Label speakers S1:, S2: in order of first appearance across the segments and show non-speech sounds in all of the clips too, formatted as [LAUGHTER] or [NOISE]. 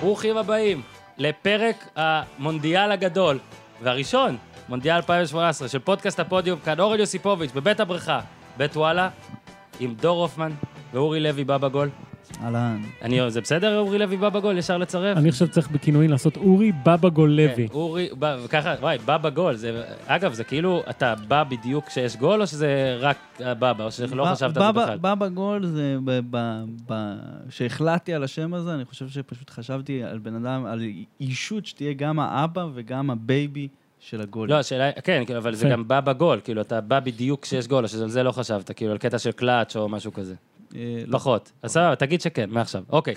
S1: ברוכים הבאים לפרק המונדיאל הגדול, והראשון, מונדיאל 2018, של פודקאסט הפודיום, כאן אורן יוסיפוביץ', בבית הברכה, בית וואלה, עם דור הופמן ואורי לוי בא בגול.
S2: אהלן.
S1: אני, זה בסדר, אורי לוי בא בגול? ישר לצרף?
S3: אני עכשיו צריך בכינויים לעשות אורי בבא גול לוי.
S1: כן, אורי, בא- ככה, וואי, בא בגול. זה, אגב, זה כאילו, אתה בא בדיוק כשיש גול, או שזה רק הבבא, או
S3: לא
S1: שלא
S2: ב-
S1: חשבת על זה
S2: בבא-
S1: בכלל?
S2: בבא גול זה... ב- ב- ב- כשהחלטתי על השם הזה, אני חושב שפשוט חשבתי על בן אדם, על אישות שתהיה גם האבא וגם הבייבי של הגול.
S1: לא, השאלה, כן, כאילו, אבל זה
S3: כן.
S1: גם בא בגול, כאילו, אתה בא בדיוק כשיש גול, או שעל זה לא חשבת, כאילו, על קטע של קלאץ' או משהו כזה.
S2: אה, לא.
S1: פחות. אז סבבה, תגיד שכן, מעכשיו. אוקיי.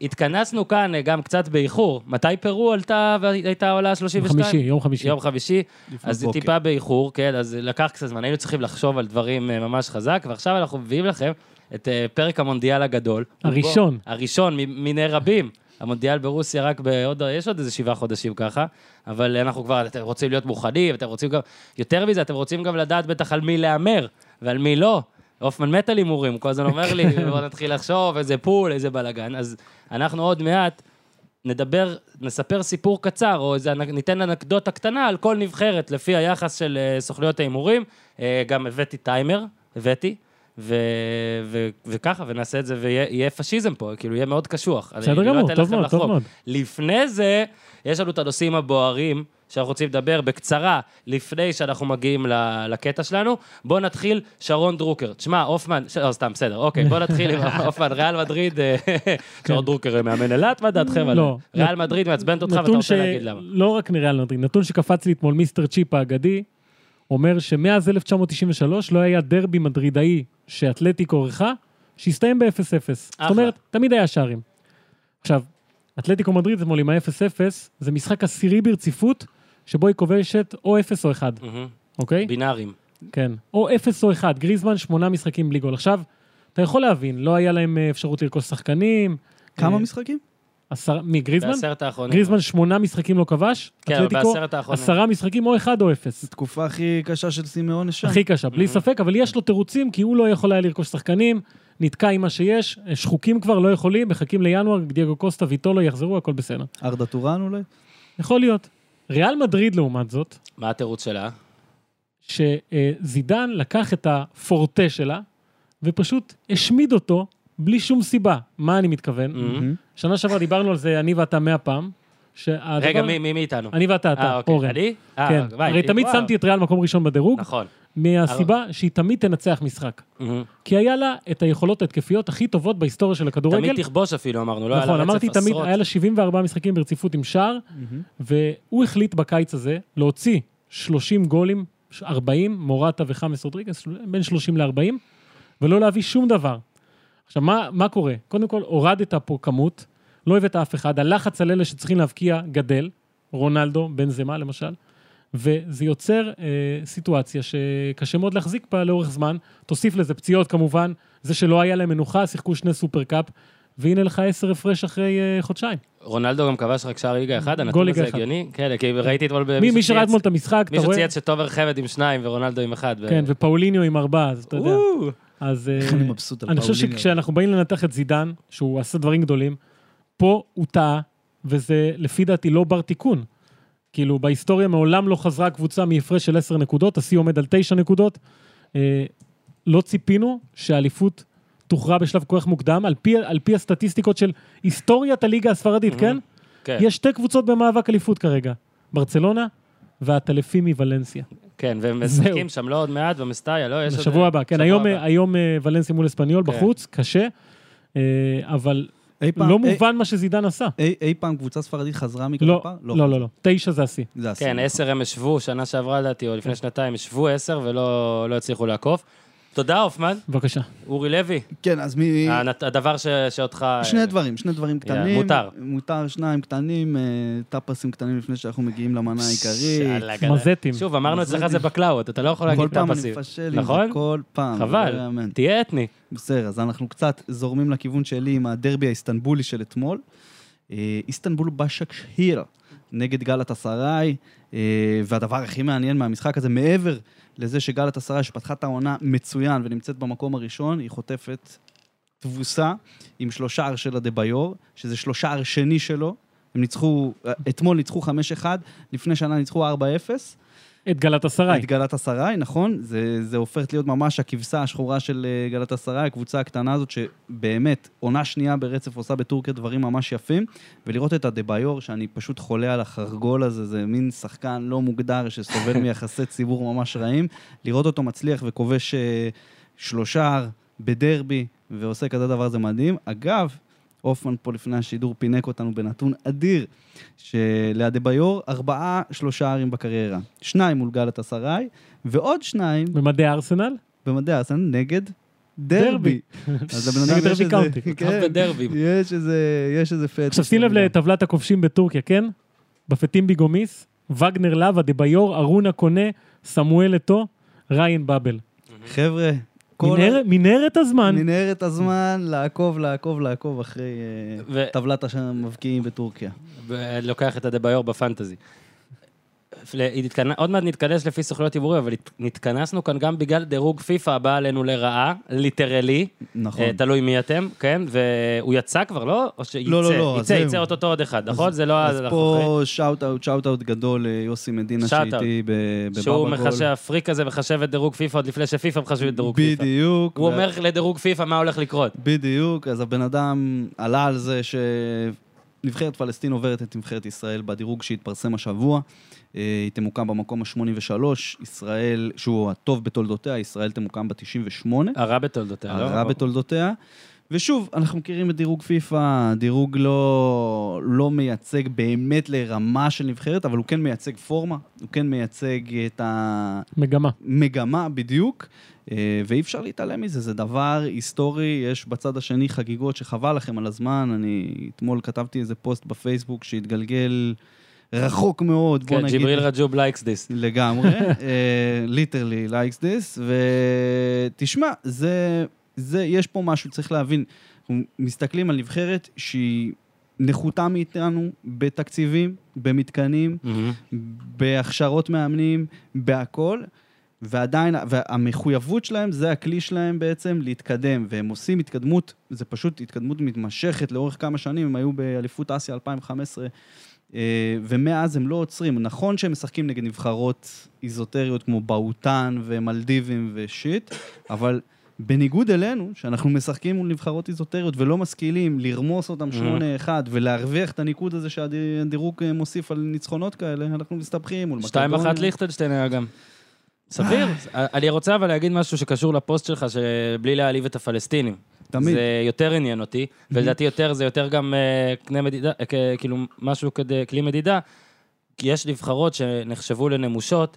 S1: התכנסנו כאן אה, גם קצת באיחור. מתי פרו עלתה והייתה עולה
S3: יום
S1: 32?
S3: חמישי, יום חמישי.
S1: יום חמישי,
S2: לפנות
S1: אז זה
S2: בוקר.
S1: טיפה באיחור, כן, אז לקח קצת זמן, היינו צריכים לחשוב על דברים אה, ממש חזק, ועכשיו אנחנו מביאים לכם את אה, פרק המונדיאל הגדול.
S3: הראשון.
S1: ובו- הראשון מ- מיני רבים. המונדיאל ברוסיה רק בעוד, יש עוד איזה שבעה חודשים ככה, אבל אנחנו כבר, אתם רוצים להיות מוכנים, אתם רוצים גם, יותר מזה, אתם רוצים גם לדעת בטח על מי להמר ועל מי לא. הופמן מת על הימורים, הוא כל הזמן אומר לי, בוא נתחיל לחשוב, איזה פול, איזה בלאגן. אז אנחנו עוד מעט נדבר, נספר סיפור קצר, או איזה, ניתן אנקדוטה קטנה על כל נבחרת, לפי היחס של אה, סוכנויות ההימורים. אה, גם הבאתי טיימר, הבאתי, ו, ו, וככה, ונעשה את זה, ויהיה יהיה פשיזם פה, כאילו, יהיה מאוד קשוח. אני-
S3: בסדר
S1: אני לא
S3: גמור,
S1: אתן
S3: טוב
S1: לכם
S3: מאוד, טוב
S1: לחרוג.
S3: מאוד.
S1: לפני זה, יש לנו את הנושאים הבוערים שאנחנו רוצים לדבר בקצרה, לפני שאנחנו מגיעים ל- לקטע שלנו. בואו נתחיל, שרון דרוקר. תשמע, הופמן, ש- לא, סתם, בסדר, אוקיי, בואו נתחיל
S3: [LAUGHS]
S1: עם הופמן, ריאל מדריד, אה, שרון דרוקר אה, מאמן אילת, מה דעתכם עליו?
S3: לא.
S1: ריאל מדריד מעצבנת אותך ואתה
S3: נתון
S1: רוצה להגיד למה.
S3: שלא רק נריאל מדריד, נתון שקפץ לי אתמול מיסטר צ'יפ האגדי, אומר שמאז 1993 לא היה דרבי מדרידאי שאתלטיקו עורכה, שהסתיים ב-0-0. זאת
S1: אחלה.
S3: אומרת, תמיד היה שערים. עכשיו, אתלטיקו מדריד אתמול עם ה-0-0, זה משחק עשירי ברציפות, שבו היא כובשת או 0 או 1,
S1: מהמם.
S3: אוקיי?
S1: בינארים.
S3: כן. או 0 או 1, גריזמן שמונה משחקים בלי גול. עכשיו, אתה יכול להבין, לא היה להם אה, אפשרות לרכוש שחקנים.
S2: כמה
S3: אה,
S2: משחקים?
S3: עשר- מי, גריזמן?
S1: בעשרת האחרונים.
S3: גריזמן שמונה משחקים לא כבש,
S1: כן, אבל
S3: אתלטיקו
S1: בעשרת האחרונים.
S3: עשרה משחקים או אחד או אפס.
S2: זו תקופה הכי קשה של סימאון שם.
S3: הכי קשה, בלי ספק, אבל יש לו תירוצים, כי הוא לא יכול היה לרכוש שחקנים, נתקע עם מה שיש, שחוקים כבר לא יכולים, מחכים לינואר, דייגו קוסטה ויטולו יחזרו, הכל בסדר.
S2: ארדה טורן אולי?
S3: יכול להיות. ריאל מדריד, לעומת זאת,
S1: מה התירוץ שלה?
S3: שזידן לקח את הפורטה שלה, ופשוט השמיד אותו בלי שום סיבה. מה אני מתכוון?
S1: מהמם.
S3: שנה שעברה דיברנו על זה, אני ואתה מאה פעם. שהדבר-
S1: רגע, מי מי מאיתנו?
S3: אני ואתה,
S1: אה,
S3: אתה,
S1: אוקיי.
S3: אורן.
S1: אני? אה,
S3: כן,
S1: וואי,
S3: הרי תמיד
S1: וואו.
S3: שמתי את ריאל מקום ראשון בדירוג,
S1: נכון.
S3: מהסיבה שהיא תמיד תנצח משחק.
S1: מהמם.
S3: כי היה לה את היכולות ההתקפיות הכי טובות בהיסטוריה של הכדורגל.
S1: תמיד תכבוש אפילו, אמרנו, לא היה לה
S3: נכון,
S1: רצף
S3: אמרתי
S1: עשרות.
S3: תמיד, היה לה 74 משחקים ברציפות עם שער, והוא החליט בקיץ הזה להוציא 30 גולים, 40, מורטה וחמאס רודריגס, בין 30 ל-40, ולא להביא שום דבר. עכשיו, מה, מה קורה? קודם כל, הורדת פה כמות, לא הבאת אף אחד, הלחץ על אלה שצריכים להבקיע גדל, רונלדו, בן זמה למשל, וזה יוצר אה, סיטואציה שקשה מאוד להחזיק בה לאורך זמן. תוסיף לזה פציעות כמובן, זה שלא היה להם מנוחה, שיחקו שני סופרקאפ, והנה לך עשר הפרש אחרי אה, חודשיים.
S1: רונלדו גם כבש רק שער ליגה אחד, הנתון
S3: גול ליגה
S1: הזה
S3: אחד.
S1: הגיוני. כן, כי ראיתי אתמול...
S3: מי,
S1: במישהו
S3: מי שראה
S1: צייץ-
S3: אתמול את המשחק, אתה
S1: מישהו
S3: רואה?
S1: צייץ שטובר חמד עם שניים ורונלדו עם אחד. ו-
S3: כן, ופאוליניו עם ארבעה, אז אתה יודע.
S1: וואו.
S3: אז אה,
S2: איך אני מבסוט על
S3: אני
S2: פאוליניו.
S3: חושב שכשאנחנו באים לנתח את זידן, שהוא עשה דברים גדולים, פה הוא טעה, וזה לפי דעתי לא בר תיקון. כאילו, בהיסטוריה מעולם לא חזרה קבוצה מהפרש של 10 נקודות, השיא עומד על 9 נקודות. אה, לא ציפינו שהאליפות תוכרע בשלב כל כך מוקדם, על פי, על פי הסטטיסטיקות של היסטוריית הליגה הספרדית, כן?
S1: כן,
S3: יש שתי קבוצות במאבק אליפות כרגע, ברצלונה והטלפים מוולנסיה.
S1: כן, והם משחקים שם לא עוד מעט, ומסטאיה, לא, יש עוד...
S3: בשבוע הבא, כן,
S1: שבוע
S3: היום,
S1: הבא.
S3: אה, היום אה, ולנסיה מול אספניול
S1: כן.
S3: בחוץ, קשה, אה, אבל
S2: אי פעם-
S3: לא
S2: אי-
S3: מובן מה שזידן עשה.
S2: אי אי פעם קבוצה ספרדית חזרה
S3: לא,
S2: מקלפה?
S3: לא, לא, לא, תשע זה השיא.
S2: זה הסיפור.
S1: כן, עשר הם השוו, שנה שעברה לדעתי, או לפני שנתיים, השוו עשר ולא לא הצליחו לעקוף. תודה, הופמן.
S3: בבקשה.
S1: אורי לוי,
S2: כן, אז מי...
S3: אה,
S1: הנת- הדבר ש- שאותך...
S2: שני דברים, שני דברים קטנים.
S1: מותר.
S2: מותר, שניים קטנים, אה, טאפסים קטנים לפני שאנחנו מגיעים למנה העיקרית.
S1: שאלה, גדל.
S3: מזטים.
S1: שוב, אמרנו אצלך זה בקלאוות, אתה לא יכול להגיד
S2: כל פעם אני
S1: פסיב.
S2: מפשל עם זה,
S1: נכון?
S2: כל פעם.
S1: חבל,
S2: לא יאמן.
S1: תהיה אתני.
S2: בסדר, אז אנחנו קצת זורמים לכיוון שלי עם הדרבי האיסטנבולי של אתמול. אה, איסטנבול בשקשיר נגד גלת אסריי, אה, והדבר הכי מעניין מהמשחק הזה, מעבר לזה שגלת אסריי, שפתחה את העונה מצוין ונמצאת במקום הראשון, היא חוטפת תבוסה עם שלושה אר של אדביור, שזה שלושה אר שני שלו. הם ניצחו, אה, אתמול ניצחו 5-1, לפני שנה ניצחו 4-0.
S3: את גלת אסריי.
S2: את גלת אסריי, נכון? זה, זה הופכת להיות ממש הכבשה השחורה של אה, גלת אסריי, הקבוצה הקטנה הזאת שבאמת עונה שנייה ברצף עושה בטורקיה דברים ממש יפים. ולראות את הדה-ביור, שאני פשוט חולה על החרגול הזה, זה מין שחקן לא מוגדר שסובל מיחסי ציבור ממש רעים. לראות אותו מצליח וכובש אה, שלושה בדרבי ועושה כזה דבר זה מדהים. אגב, הופמן פה לפני השידור פינק אותנו בנתון אדיר, שלאדביור ארבעה שלושה ערים בקריירה. שניים מול גלת אסריי, ועוד שניים
S3: במדי ארסנל?
S2: במדעי הארסנל נגד דרבי. אז לבן אדם
S3: נגד
S2: יש
S3: דרבי קאונטי.
S2: איזה...
S1: קרב
S2: כן,
S1: בדרבים.
S2: יש איזה... יש איזה פט.
S3: עכשיו שים לב לטבלת הכובשים בטורקיה, כן? בפטין ביגומיס, וגנר לאבה, דיביור, ארונה קונה, סמואל אתו, ריין באבל.
S2: חבר'ה, כל...
S3: מנהר- מנהרת הזמן.
S2: מנהרת הזמן לעקוב, לעקוב, לעקוב אחרי אה,
S1: ו-
S2: טבלת הש- המבקיעים בטורקיה.
S1: ב- לוקח את הדה-ביור בפנטזי. ל- התכנ- עוד מעט נתכנס לפי סוכנויות הימורים, אבל הת- נתכנסנו כאן גם בגלל דירוג פיפ"א הבא עלינו לרעה, ליטרלי,
S2: נכון.
S1: אה, תלוי מי אתם, כן? והוא יצא כבר, לא? או שיצא?
S2: לא, לא, לא, אז
S1: יצא,
S2: זהו.
S1: יצא אוטוטו עוד אחד, נכון? זה לא...
S2: אז
S1: אנחנו אחרי.
S2: פה שאוט-אאוט, שאוט-אאוט גדול ליוסי מדינה
S1: שאוט-אאוט.
S2: שאיתי ב- בבבא גול.
S1: שהוא מחשב, הפריק הזה מחשב את דירוג פיפ"א עוד לפני שפיפ"א מחשבים את דירוג פיפ"א.
S2: בדיוק.
S1: הוא
S2: ו-
S1: אומר לדירוג פיפ"א מה הולך לקרות.
S2: בדיוק, אז הבן אדם עלה על זה שנבחרת פלסטין עוברת את נבחרת ישראל בדירוג שהתפרסם השבוע. אה, היא תמוקם במקום ה-83, ישראל, שהוא הטוב בתולדותיה, ישראל תמוקם ב-98.
S1: הרע בתולדותיה, לא?
S2: הרע בתולדותיה. ושוב, אנחנו מכירים את דירוג פיפ"א, דירוג לא, לא מייצג באמת לרמה של נבחרת, אבל הוא כן מייצג פורמה, הוא כן מייצג את
S3: מגמה.
S2: המגמה בדיוק, אה, ואי אפשר להתעלם מזה, זה דבר היסטורי, יש בצד השני חגיגות שחבל לכם על הזמן, אני אתמול כתבתי איזה פוסט בפייסבוק שהתגלגל רחוק מאוד, בוא
S1: כן,
S2: נגיד.
S1: ג'יבריל רג'וב לייקס דיס.
S2: לגמרי, אה, ליטרלי לייקס דיס, ותשמע, זה, זה, יש פה משהו, צריך להבין, אנחנו מסתכלים על נבחרת שהיא נחותה מאיתנו בתקציבים, במתקנים, בהכשרות מאמנים, בהכל, ועדיין, והמחויבות שלהם, זה הכלי שלהם בעצם להתקדם, והם עושים התקדמות, זה פשוט התקדמות מתמשכת לאורך כמה שנים, הם היו באליפות אסיה 2015, אה, ומאז הם לא עוצרים. נכון שהם משחקים נגד נבחרות איזוטריות כמו באוטן ומלדיבים ושיט, אבל... בניגוד אלינו, שאנחנו משחקים מול נבחרות איזוטריות ולא משכילים לרמוס אותם 8-1 ולהרוויח את הניקוד הזה שהדירוג אה, מוסיף על ניצחונות כאלה, אנחנו מסתבכים מול
S1: 2-1 ליכטנשטיין היה גם. סביר.
S2: אה.
S1: אני רוצה אבל להגיד משהו שקשור לפוסט שלך, שבלי להעליב את הפלסטינים.
S2: תמיד. Mhm.
S1: זה יותר עניין אותי, ולדעתי יותר, זה יותר גם אה, קנה מדידה, אה, כ- כאילו משהו כדי, כלי מדידה. כי יש נבחרות שנחשבו לנמושות,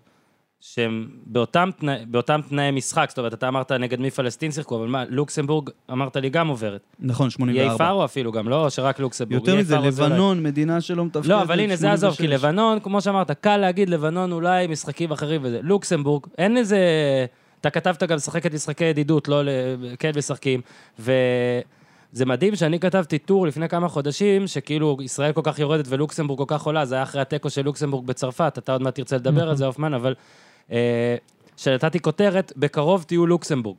S1: שהן באותם, תנא, באותם תנאי משחק, זאת אומרת, אתה אמרת נגד מי פלסטין שיחקו, אבל מה, לוקסמבורג, אמרת לי גם עוברת.
S2: נכון, 84.
S1: איי פארו אפילו גם, לא? או שרק לוקסמבורג.
S2: יותר
S1: איי
S2: מזה,
S1: פארו זה אולי-
S2: לבנון, מדינה שלא מתפקדת.
S1: לא, אבל הנה, זה עזוב,
S2: 86.
S1: כי לבנון, כמו שאמרת, קל להגיד לבנון אולי משחקים אחרים וזה. לוקסמבורג, אין איזה... אתה כתבת גם לשחק את משחקי ידידות, לא ל... כן משחקים. וזה מדהים שאני כתבתי טור לפני כמה חודשים, שכאילו ישראל כל כך יורדת ולוקסמבורג כל כך עולה, זה היה אחרי התיקו של לוקסמבורג בצרפת, אתה עוד מעט תרצה
S2: נכון.
S1: לדבר על זה, הופמן, אבל... אה, שנתתי כותרת, בקרוב תהיו לוקסמבורג.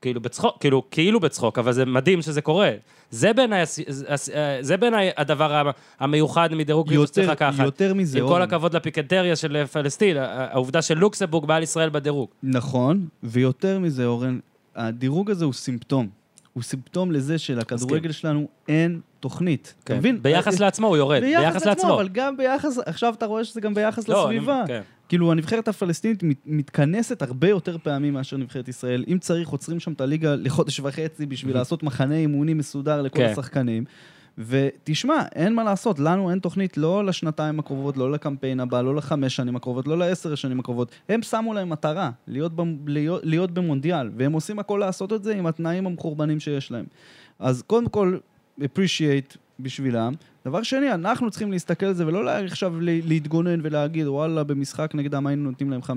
S1: כאילו בצחוק, כאילו, כאילו בצחוק, אבל זה מדהים שזה קורה. זה בעיניי הס- הס- אה, זה בעיניי הדבר המ- המיוחד מדירוג כאילו שצריך
S2: יותר,
S1: לקחת.
S2: יותר מזה,
S1: עם
S2: אורן.
S1: כל הכבוד לפיקנטריה של אה, פלסטין, ה- העובדה של לוקסמבורג מעל ישראל בדירוג.
S2: נכון, ויותר מזה, אורן, הדירוג הזה הוא סימפטום. הוא סימפטום לזה שלכדורגל שלנו אין תוכנית. אתה מבין?
S1: כן.
S2: אה,
S1: ביחס לעצמו הוא יורד, ביחס לעצמו.
S2: אבל גם ביחס, עכשיו אתה רואה שזה גם ביחס
S1: לא, אני-
S2: לסביבה.
S1: כן.
S2: כאילו, הנבחרת הפלסטינית מת- מתכנסת הרבה יותר פעמים מאשר נבחרת ישראל. אם צריך, עוצרים שם את הליגה לחודש וחצי בשביל לעשות מחנה אימוני מסודר לכל
S1: כן.
S2: השחקנים. ותשמע, אין מה לעשות, לנו אין תוכנית לא לשנתיים הקרובות, לא לקמפיין הבא, לא לחמש שנים הקרובות, לא לעשר השנים הקרובות. הם שמו להם מטרה, להיות, במ... להיות, להיות במונדיאל, והם עושים הכל לעשות את זה עם התנאים המחורבנים שיש להם. אז קודם כל, appreciate בשבילם, דבר שני, אנחנו צריכים להסתכל על זה ולא לה- עכשיו ל- להתגונן ולהגיד, וואלה, במשחק נגדם היינו נותנים להם 5-0.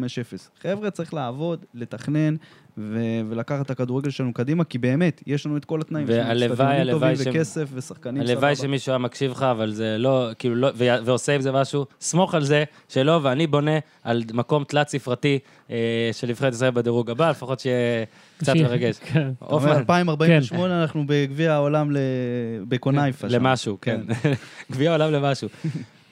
S2: חבר'ה, צריך לעבוד, לתכנן ו- ולקחת את הכדורגל שלנו קדימה, כי באמת, יש לנו את כל התנאים. יש לנו
S1: והלוואי,
S2: אצטדיונים
S1: הלוואי
S2: טובים
S1: ש-
S2: וכסף ושחקנים
S1: הלוואי שמישהו היה מקשיב לך, אבל זה לא, כאילו, לא, ו- ועושה עם זה משהו, סמוך על זה שלא, ואני בונה על מקום תלת-ספרתי אה, של נבחרת ישראל בדירוג הבא, לפחות שיהיה קצת
S3: שי-
S1: מרגש.
S3: כן.
S2: אתה אומר,
S1: הופמן,
S2: 2048 אנחנו בגביע העולם ל- בקונייפה. שם.
S1: למשהו, כן. [LAUGHS] גביע העולם למשהו.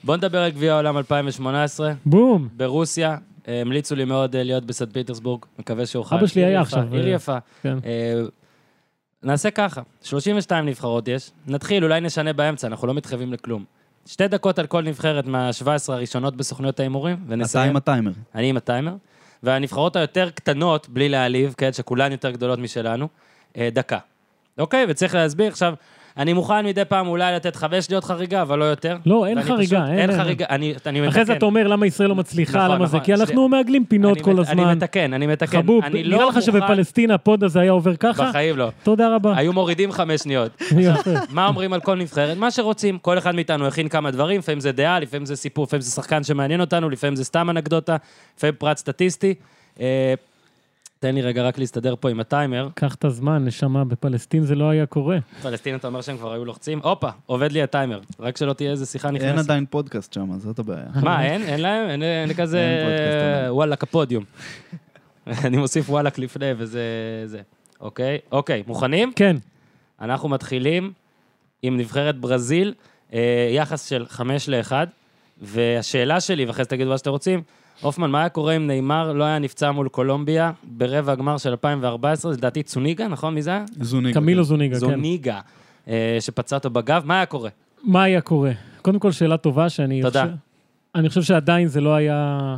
S1: בוא נדבר על גביע העולם 2018,
S3: בום.
S1: ברוסיה. אה, המליצו לי מאוד אה, להיות בסנט פיטרסבורג, מקווה שאוכל.
S3: אבא שלי
S1: עיר
S3: היה
S1: יפה,
S3: עכשיו,
S1: עיר
S3: אה,
S1: יפה.
S3: כן.
S1: אה, נעשה ככה, 32 נבחרות יש, נתחיל, אולי נשנה באמצע, אנחנו לא מתחייבים לכלום. שתי דקות על כל נבחרת מה-17 הראשונות בסוכנויות ההימורים,
S2: אתה
S1: ונסיים,
S2: עם הטיימר.
S1: אני עם הטיימר. והנבחרות היותר קטנות, בלי להעליב, כן, שכולן יותר גדולות משלנו, אה, דקה. אוקיי, וצריך להסביר עכשיו, אני מוכן מדי פעם אולי לתת חמש שניות חריגה, אבל לא יותר.
S3: לא, אין
S1: ואני
S3: חריגה,
S1: פשוט-
S3: אין,
S1: אין
S3: אין.
S1: חריגה, אני אני אה, מתקן.
S3: אחרי זה אתה אומר למה ישראל לא מצליחה,
S1: נכון,
S3: למה זה,
S1: נכון,
S3: כי אנחנו מעגלים פינות
S1: אני
S3: כל
S1: מת- אני
S3: הזמן.
S1: מתקן, אני מתקן.
S3: חבוב,
S1: אני לא
S3: נראה לך
S1: מוכן-
S3: שבפלסטין הפוד הזה היה עובר ככה?
S1: בחיים לא.
S3: תודה רבה.
S1: היו מורידים חמש שניות.
S3: יפה.
S1: מה אומרים על כל נבחרת? מה שרוצים. כל אחד מאיתנו הכין כמה דברים, לפעמים זה דעה, לפעמים זה סיפור, לפעמים זה שחקן שמעניין אותנו, לפעמים זה סתם אנקדוטה, לפעמים פרט סטטיסטי. אה, תן לי רגע רק להסתדר פה עם הטיימר.
S3: קח את הזמן, נשמה, בפלסטין זה לא היה קורה.
S1: פלסטין, אתה אומר שהם כבר היו לוחצים? הופה, עובד לי הטיימר. רק שלא תהיה איזה שיחה
S2: אין
S1: נכנסת.
S2: עדיין פודקאסט שם, אז זאת הבעיה.
S1: מה, אין? אין להם? אין- אין כזה
S2: אין פודקאסט עדיין.
S1: וואלק הפודיום. [LAUGHS] אני מוסיף וואלק לפני וזה... זה. אוקיי, אוקיי, מוכנים?
S3: כן,
S1: אנחנו מתחילים עם נבחרת ברזיל, אה, יחס של 5 ל-1, והשאלה שלי, ואחרי זה תגידו מה שאתם רוצים, הופמן, מה היה קורה אם נאמר לא היה נפצע מול קולומביה ברבע הגמר של 2014, לדעתי צוניגה, נכון? מי זה היה?
S2: זוניגה.
S3: קמילו זוניגה, כן.
S1: זוניגה, אה, שפצע אותו בגב, מה היה קורה?
S3: מה היה קורה? קודם כל, שאלה טובה שאני...
S1: תודה.
S3: חושב- אני חושב שעדיין זה לא היה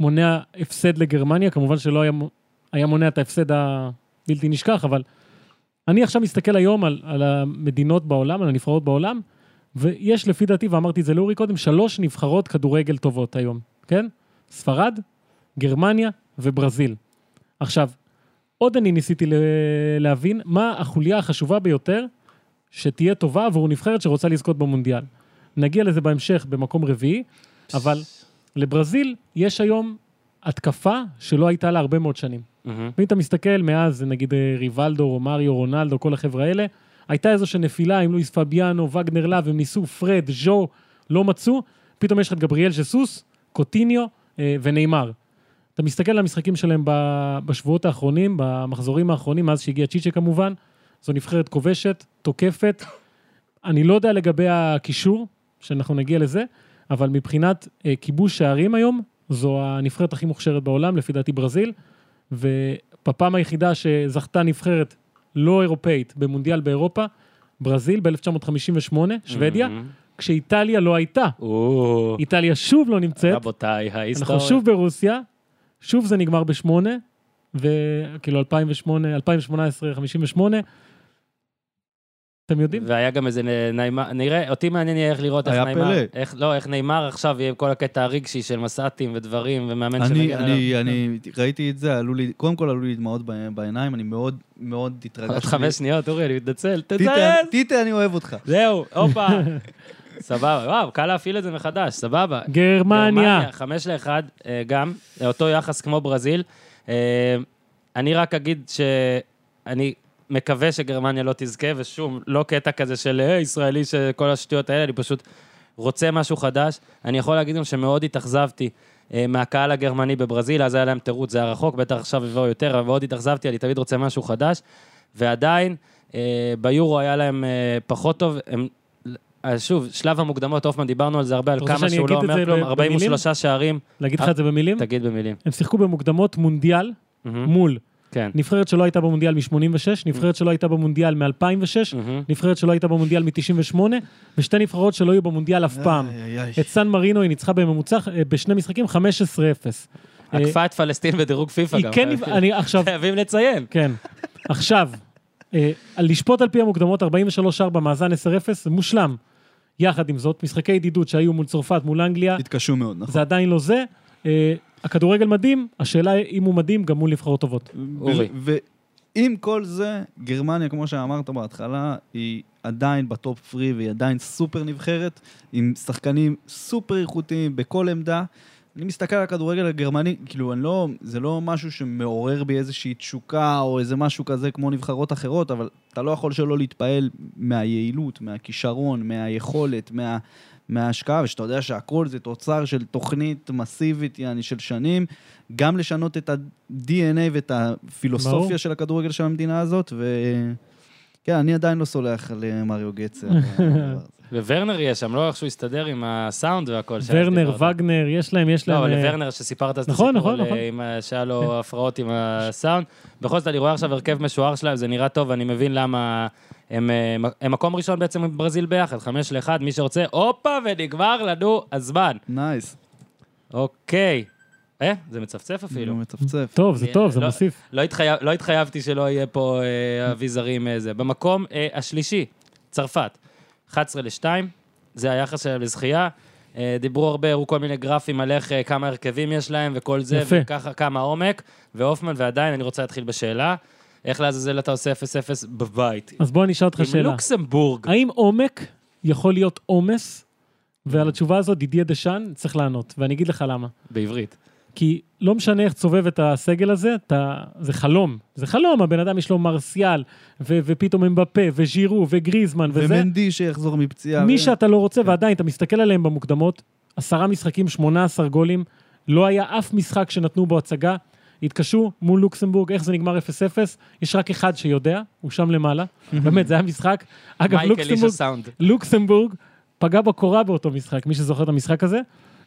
S3: מונע הפסד לגרמניה, כמובן שלא היה, מו- היה מונע את ההפסד הבלתי נשכח, אבל אני עכשיו מסתכל היום על, על המדינות בעולם, על הנבחרות בעולם, ויש לפי דעתי, ואמרתי את זה לאורי קודם, שלוש נבחרות כדורגל טובות היום, כן? ספרד, גרמניה וברזיל. עכשיו, עוד אני ניסיתי ל- להבין מה החוליה החשובה ביותר שתהיה טובה עבור נבחרת שרוצה לזכות במונדיאל. נגיע לזה בהמשך במקום רביעי, אבל לברזיל יש היום התקפה שלא הייתה לה הרבה מאוד שנים.
S1: מהמם.
S3: ואם אתה מסתכל מאז, נגיד אה, ריבלדו, רומאריו, רונלדו, כל החבר'ה האלה, הייתה איזושהי נפילה עם לואיס פביאנו, וגנר להב, הם ניסו פרד, ז'ו, לא מצאו, פתאום יש לך את גבריאל שסוס, קוטיניו אה, ונאמר. אתה מסתכל על המשחקים שלהם ב- בשבועות האחרונים, במחזורים האחרונים, מאז שהגיע צ'יצ'ה כמובן, זו נבחרת כובשת, תוקפת. אני לא יודע לגבי הקישור, שאנחנו נגיע לזה, אבל מבחינת אה, כיבוש שערים היום, זו הנבחרת הכי מוכשרת בעולם, לפי דעתי ברזיל. ובפעם היחידה שזכתה נבחרת לא אירופאית במונדיאל באירופה, ברזיל ב-1958, שוודיה,
S1: מהמם.
S3: כשאיטליה לא הייתה.
S1: או,
S3: איטליה שוב לא נמצאת,
S1: רבותיי,
S3: אנחנו
S1: ההיסטוריה.
S3: שוב ברוסיה, שוב זה נגמר בשמונה, וכאילו 2008, 2018, 58. אתם יודעים?
S1: והיה גם איזה נ- נעימה, נראה, אותי מעניין יהיה איך לראות איך
S2: היה
S1: נעימר,
S2: פלא.
S1: איך, לא, איך נעימר עכשיו יהיה עם כל הקטע הרגשי של מסעתים ודברים ומאמן
S2: אני,
S1: שמגן עליו.
S2: אני, אני ראיתי את זה, עלו לי, קודם כל עלו לי דמעות ב- בעיניים, אני מאוד מאוד התרגשתי.
S1: עוד חמש שניות, אורי, אני מתנצל,
S2: טיטה,
S1: תזייז!
S2: טיטה, אני אוהב אותך.
S1: זהו, הופה. [LAUGHS] סבבה, וואו, קל להפעיל את זה מחדש, סבבה.
S3: גרמניה.
S1: חמש לאחד, אה, גם, אה, אותו יחס כמו ברזיל. אה, אני רק אגיד שאני מקווה שגרמניה לא תזכה, ושום, לא קטע כזה של "אה, ישראלי שכל השטויות האלה, אני פשוט רוצה משהו חדש. אני יכול להגיד גם שמאוד התאכזבתי. אה, מהקהל הגרמני בברזיל, אז היה להם תירוץ, זה היה רחוק, בטח עכשיו יבואו יותר, אבל מאוד התאכזבתי, אני תמיד רוצה משהו חדש. ועדיין, אה, ביורו היה להם אה, פחות טוב. הם, אה, שוב, שלב המוקדמות, הופמן, דיברנו על זה הרבה, על
S3: רוצה
S1: כמה
S3: שאני
S1: שהוא לא
S3: אגיד את
S1: אומר
S3: זה
S1: כלום,
S3: ב-
S1: 43 שערים,
S3: להגיד לך את זה במילים?
S1: תגיד במילים.
S3: הם שיחקו במוקדמות מונדיאל
S1: מהמם,
S3: מול
S1: כן.
S3: נבחרת שלא הייתה במונדיאל מ-86,
S1: Mm-hmm.
S3: נבחרת שלא הייתה במונדיאל מ-2006,
S1: מהמם.
S3: נבחרת שלא הייתה במונדיאל מ-98, ושתי נבחרות שלא היו במונדיאל אף פעם.
S2: איי, איי.
S3: את סן מרינו היא ניצחה בממוצע אה, בשני משחקים 15-0. אה,
S1: עקפה את פלסטין בדירוג פיפ"א
S3: היא
S1: גם.
S3: כן, נבח-
S1: [LAUGHS]
S3: אני עכשיו,
S1: חייבים לציין.
S3: כן. עכשיו, אה, לשפוט על פי המוקדמות 43-4, מאזן 10-0, זה מושלם. יחד עם זאת, משחקי ידידות שהיו מול צרפת, מול אנגליה,
S2: התקשו מאוד, נכון.
S3: זה עדיין לא זה. אה, הכדורגל מדהים, השאלה אם הוא מדהים גם מול נבחרות טובות.
S2: ו-
S1: אורי.
S2: ו- עם כל זה, גרמניה, כמו שאמרת בהתחלה, היא עדיין בטופ פרי והיא עדיין סופר נבחרת, עם שחקנים סופר איכותיים בכל עמדה. אני מסתכל על הכדורגל הגרמני, כאילו, אני לא, זה לא משהו שמעורר בי איזושהי תשוקה או איזה משהו כזה כמו נבחרות אחרות, אבל אתה לא יכול שלא להתפעל מהיעילות, מהכישרון, מהיכולת, מה, מההשקעה, ושאתה יודע שהכל זה תוצר של תוכנית מסיבית, יעני, של שנים, גם לשנות את ה-DNA ואת הפילוסופיה
S3: ברור.
S2: של הכדורגל של המדינה הזאת, ו... כן, אני עדיין לא סולח למריו גצר. על הדבר
S3: [LAUGHS]
S2: הזה.
S1: וורנר יהיה שם, לא איך שהוא הסתדר עם הסאונד והכל. שהיה
S3: ורנר,
S1: שדיברת.
S3: וגנר, יש להם, יש להם...
S1: לא, אבל
S3: אה,
S1: לוורנר שסיפרת אז את
S3: נכון,
S1: הסיפור,
S3: נכון,
S1: על,
S3: נכון.
S1: אה, עם, אה, שהיה לו הפרעות עם הסאונד. בכל זאת, אני רואה עכשיו הרכב משוער שלהם, זה נראה טוב, אני מבין למה הם, אה, מ- הם מקום ראשון בעצם עם ברזיל ביחד, חמש לאחד, מי שרוצה, הופה, ונגמר לנו הזמן.
S2: נייס.
S1: אוקיי. אה, זה מצפצף אפילו.
S2: הוא מצפצף.
S3: טוב, זה טוב, זה
S1: לא-
S3: מוסיף.
S1: לא, התחייב, לא התחייבתי שלא יהיה פה אה, אביזרים אה, זה. במקום אה, השלישי, צרפת, 11 ל-2, זה היחס שלהם לזכייה. אה, דיברו הרבה, הראו כל מיני גרפים על איך, אה, כמה הרכבים יש להם וכל זה,
S3: יפה.
S1: וככה כמה עומק, והופמן, ועדיין אני רוצה להתחיל בשאלה, איך לעזאזל אתה עושה 0-0 בבית?
S3: אז בוא אני אשאל אותך
S1: עם
S3: שאלה.
S1: לוקסמבורג.
S3: האם עומק יכול להיות עומס? ועל התשובה הזאת דידיה דשאן צריך לענות, ואני אגיד לך למה.
S1: בעברית.
S3: כי לא משנה איך תסובב את הסגל הזה, אתה, זה חלום. זה חלום, הבן אדם יש לו מרסיאל, ו, ופתאום אמבפה, וז'ירו, וגריזמן, וזה.
S2: ומנדי שיחזור מפציעה.
S3: מי
S2: ו-
S3: שאתה לא
S1: כן.
S3: רוצה, ועדיין, אתה מסתכל עליהם במוקדמות, עשרה משחקים, 18 גולים, לא היה אף משחק שנתנו בו הצגה. התקשו מול לוקסמבורג, איך זה נגמר 0-0, יש רק אחד שיודע, הוא שם למעלה.
S1: [LAUGHS]
S3: באמת, זה היה משחק. אגב,
S1: מייקל איש
S3: לוקסמבורג,
S1: הסאונד.
S3: לוקסמבורג פגע בקורה באותו משחק, מי שזוכר את המשחק הזה.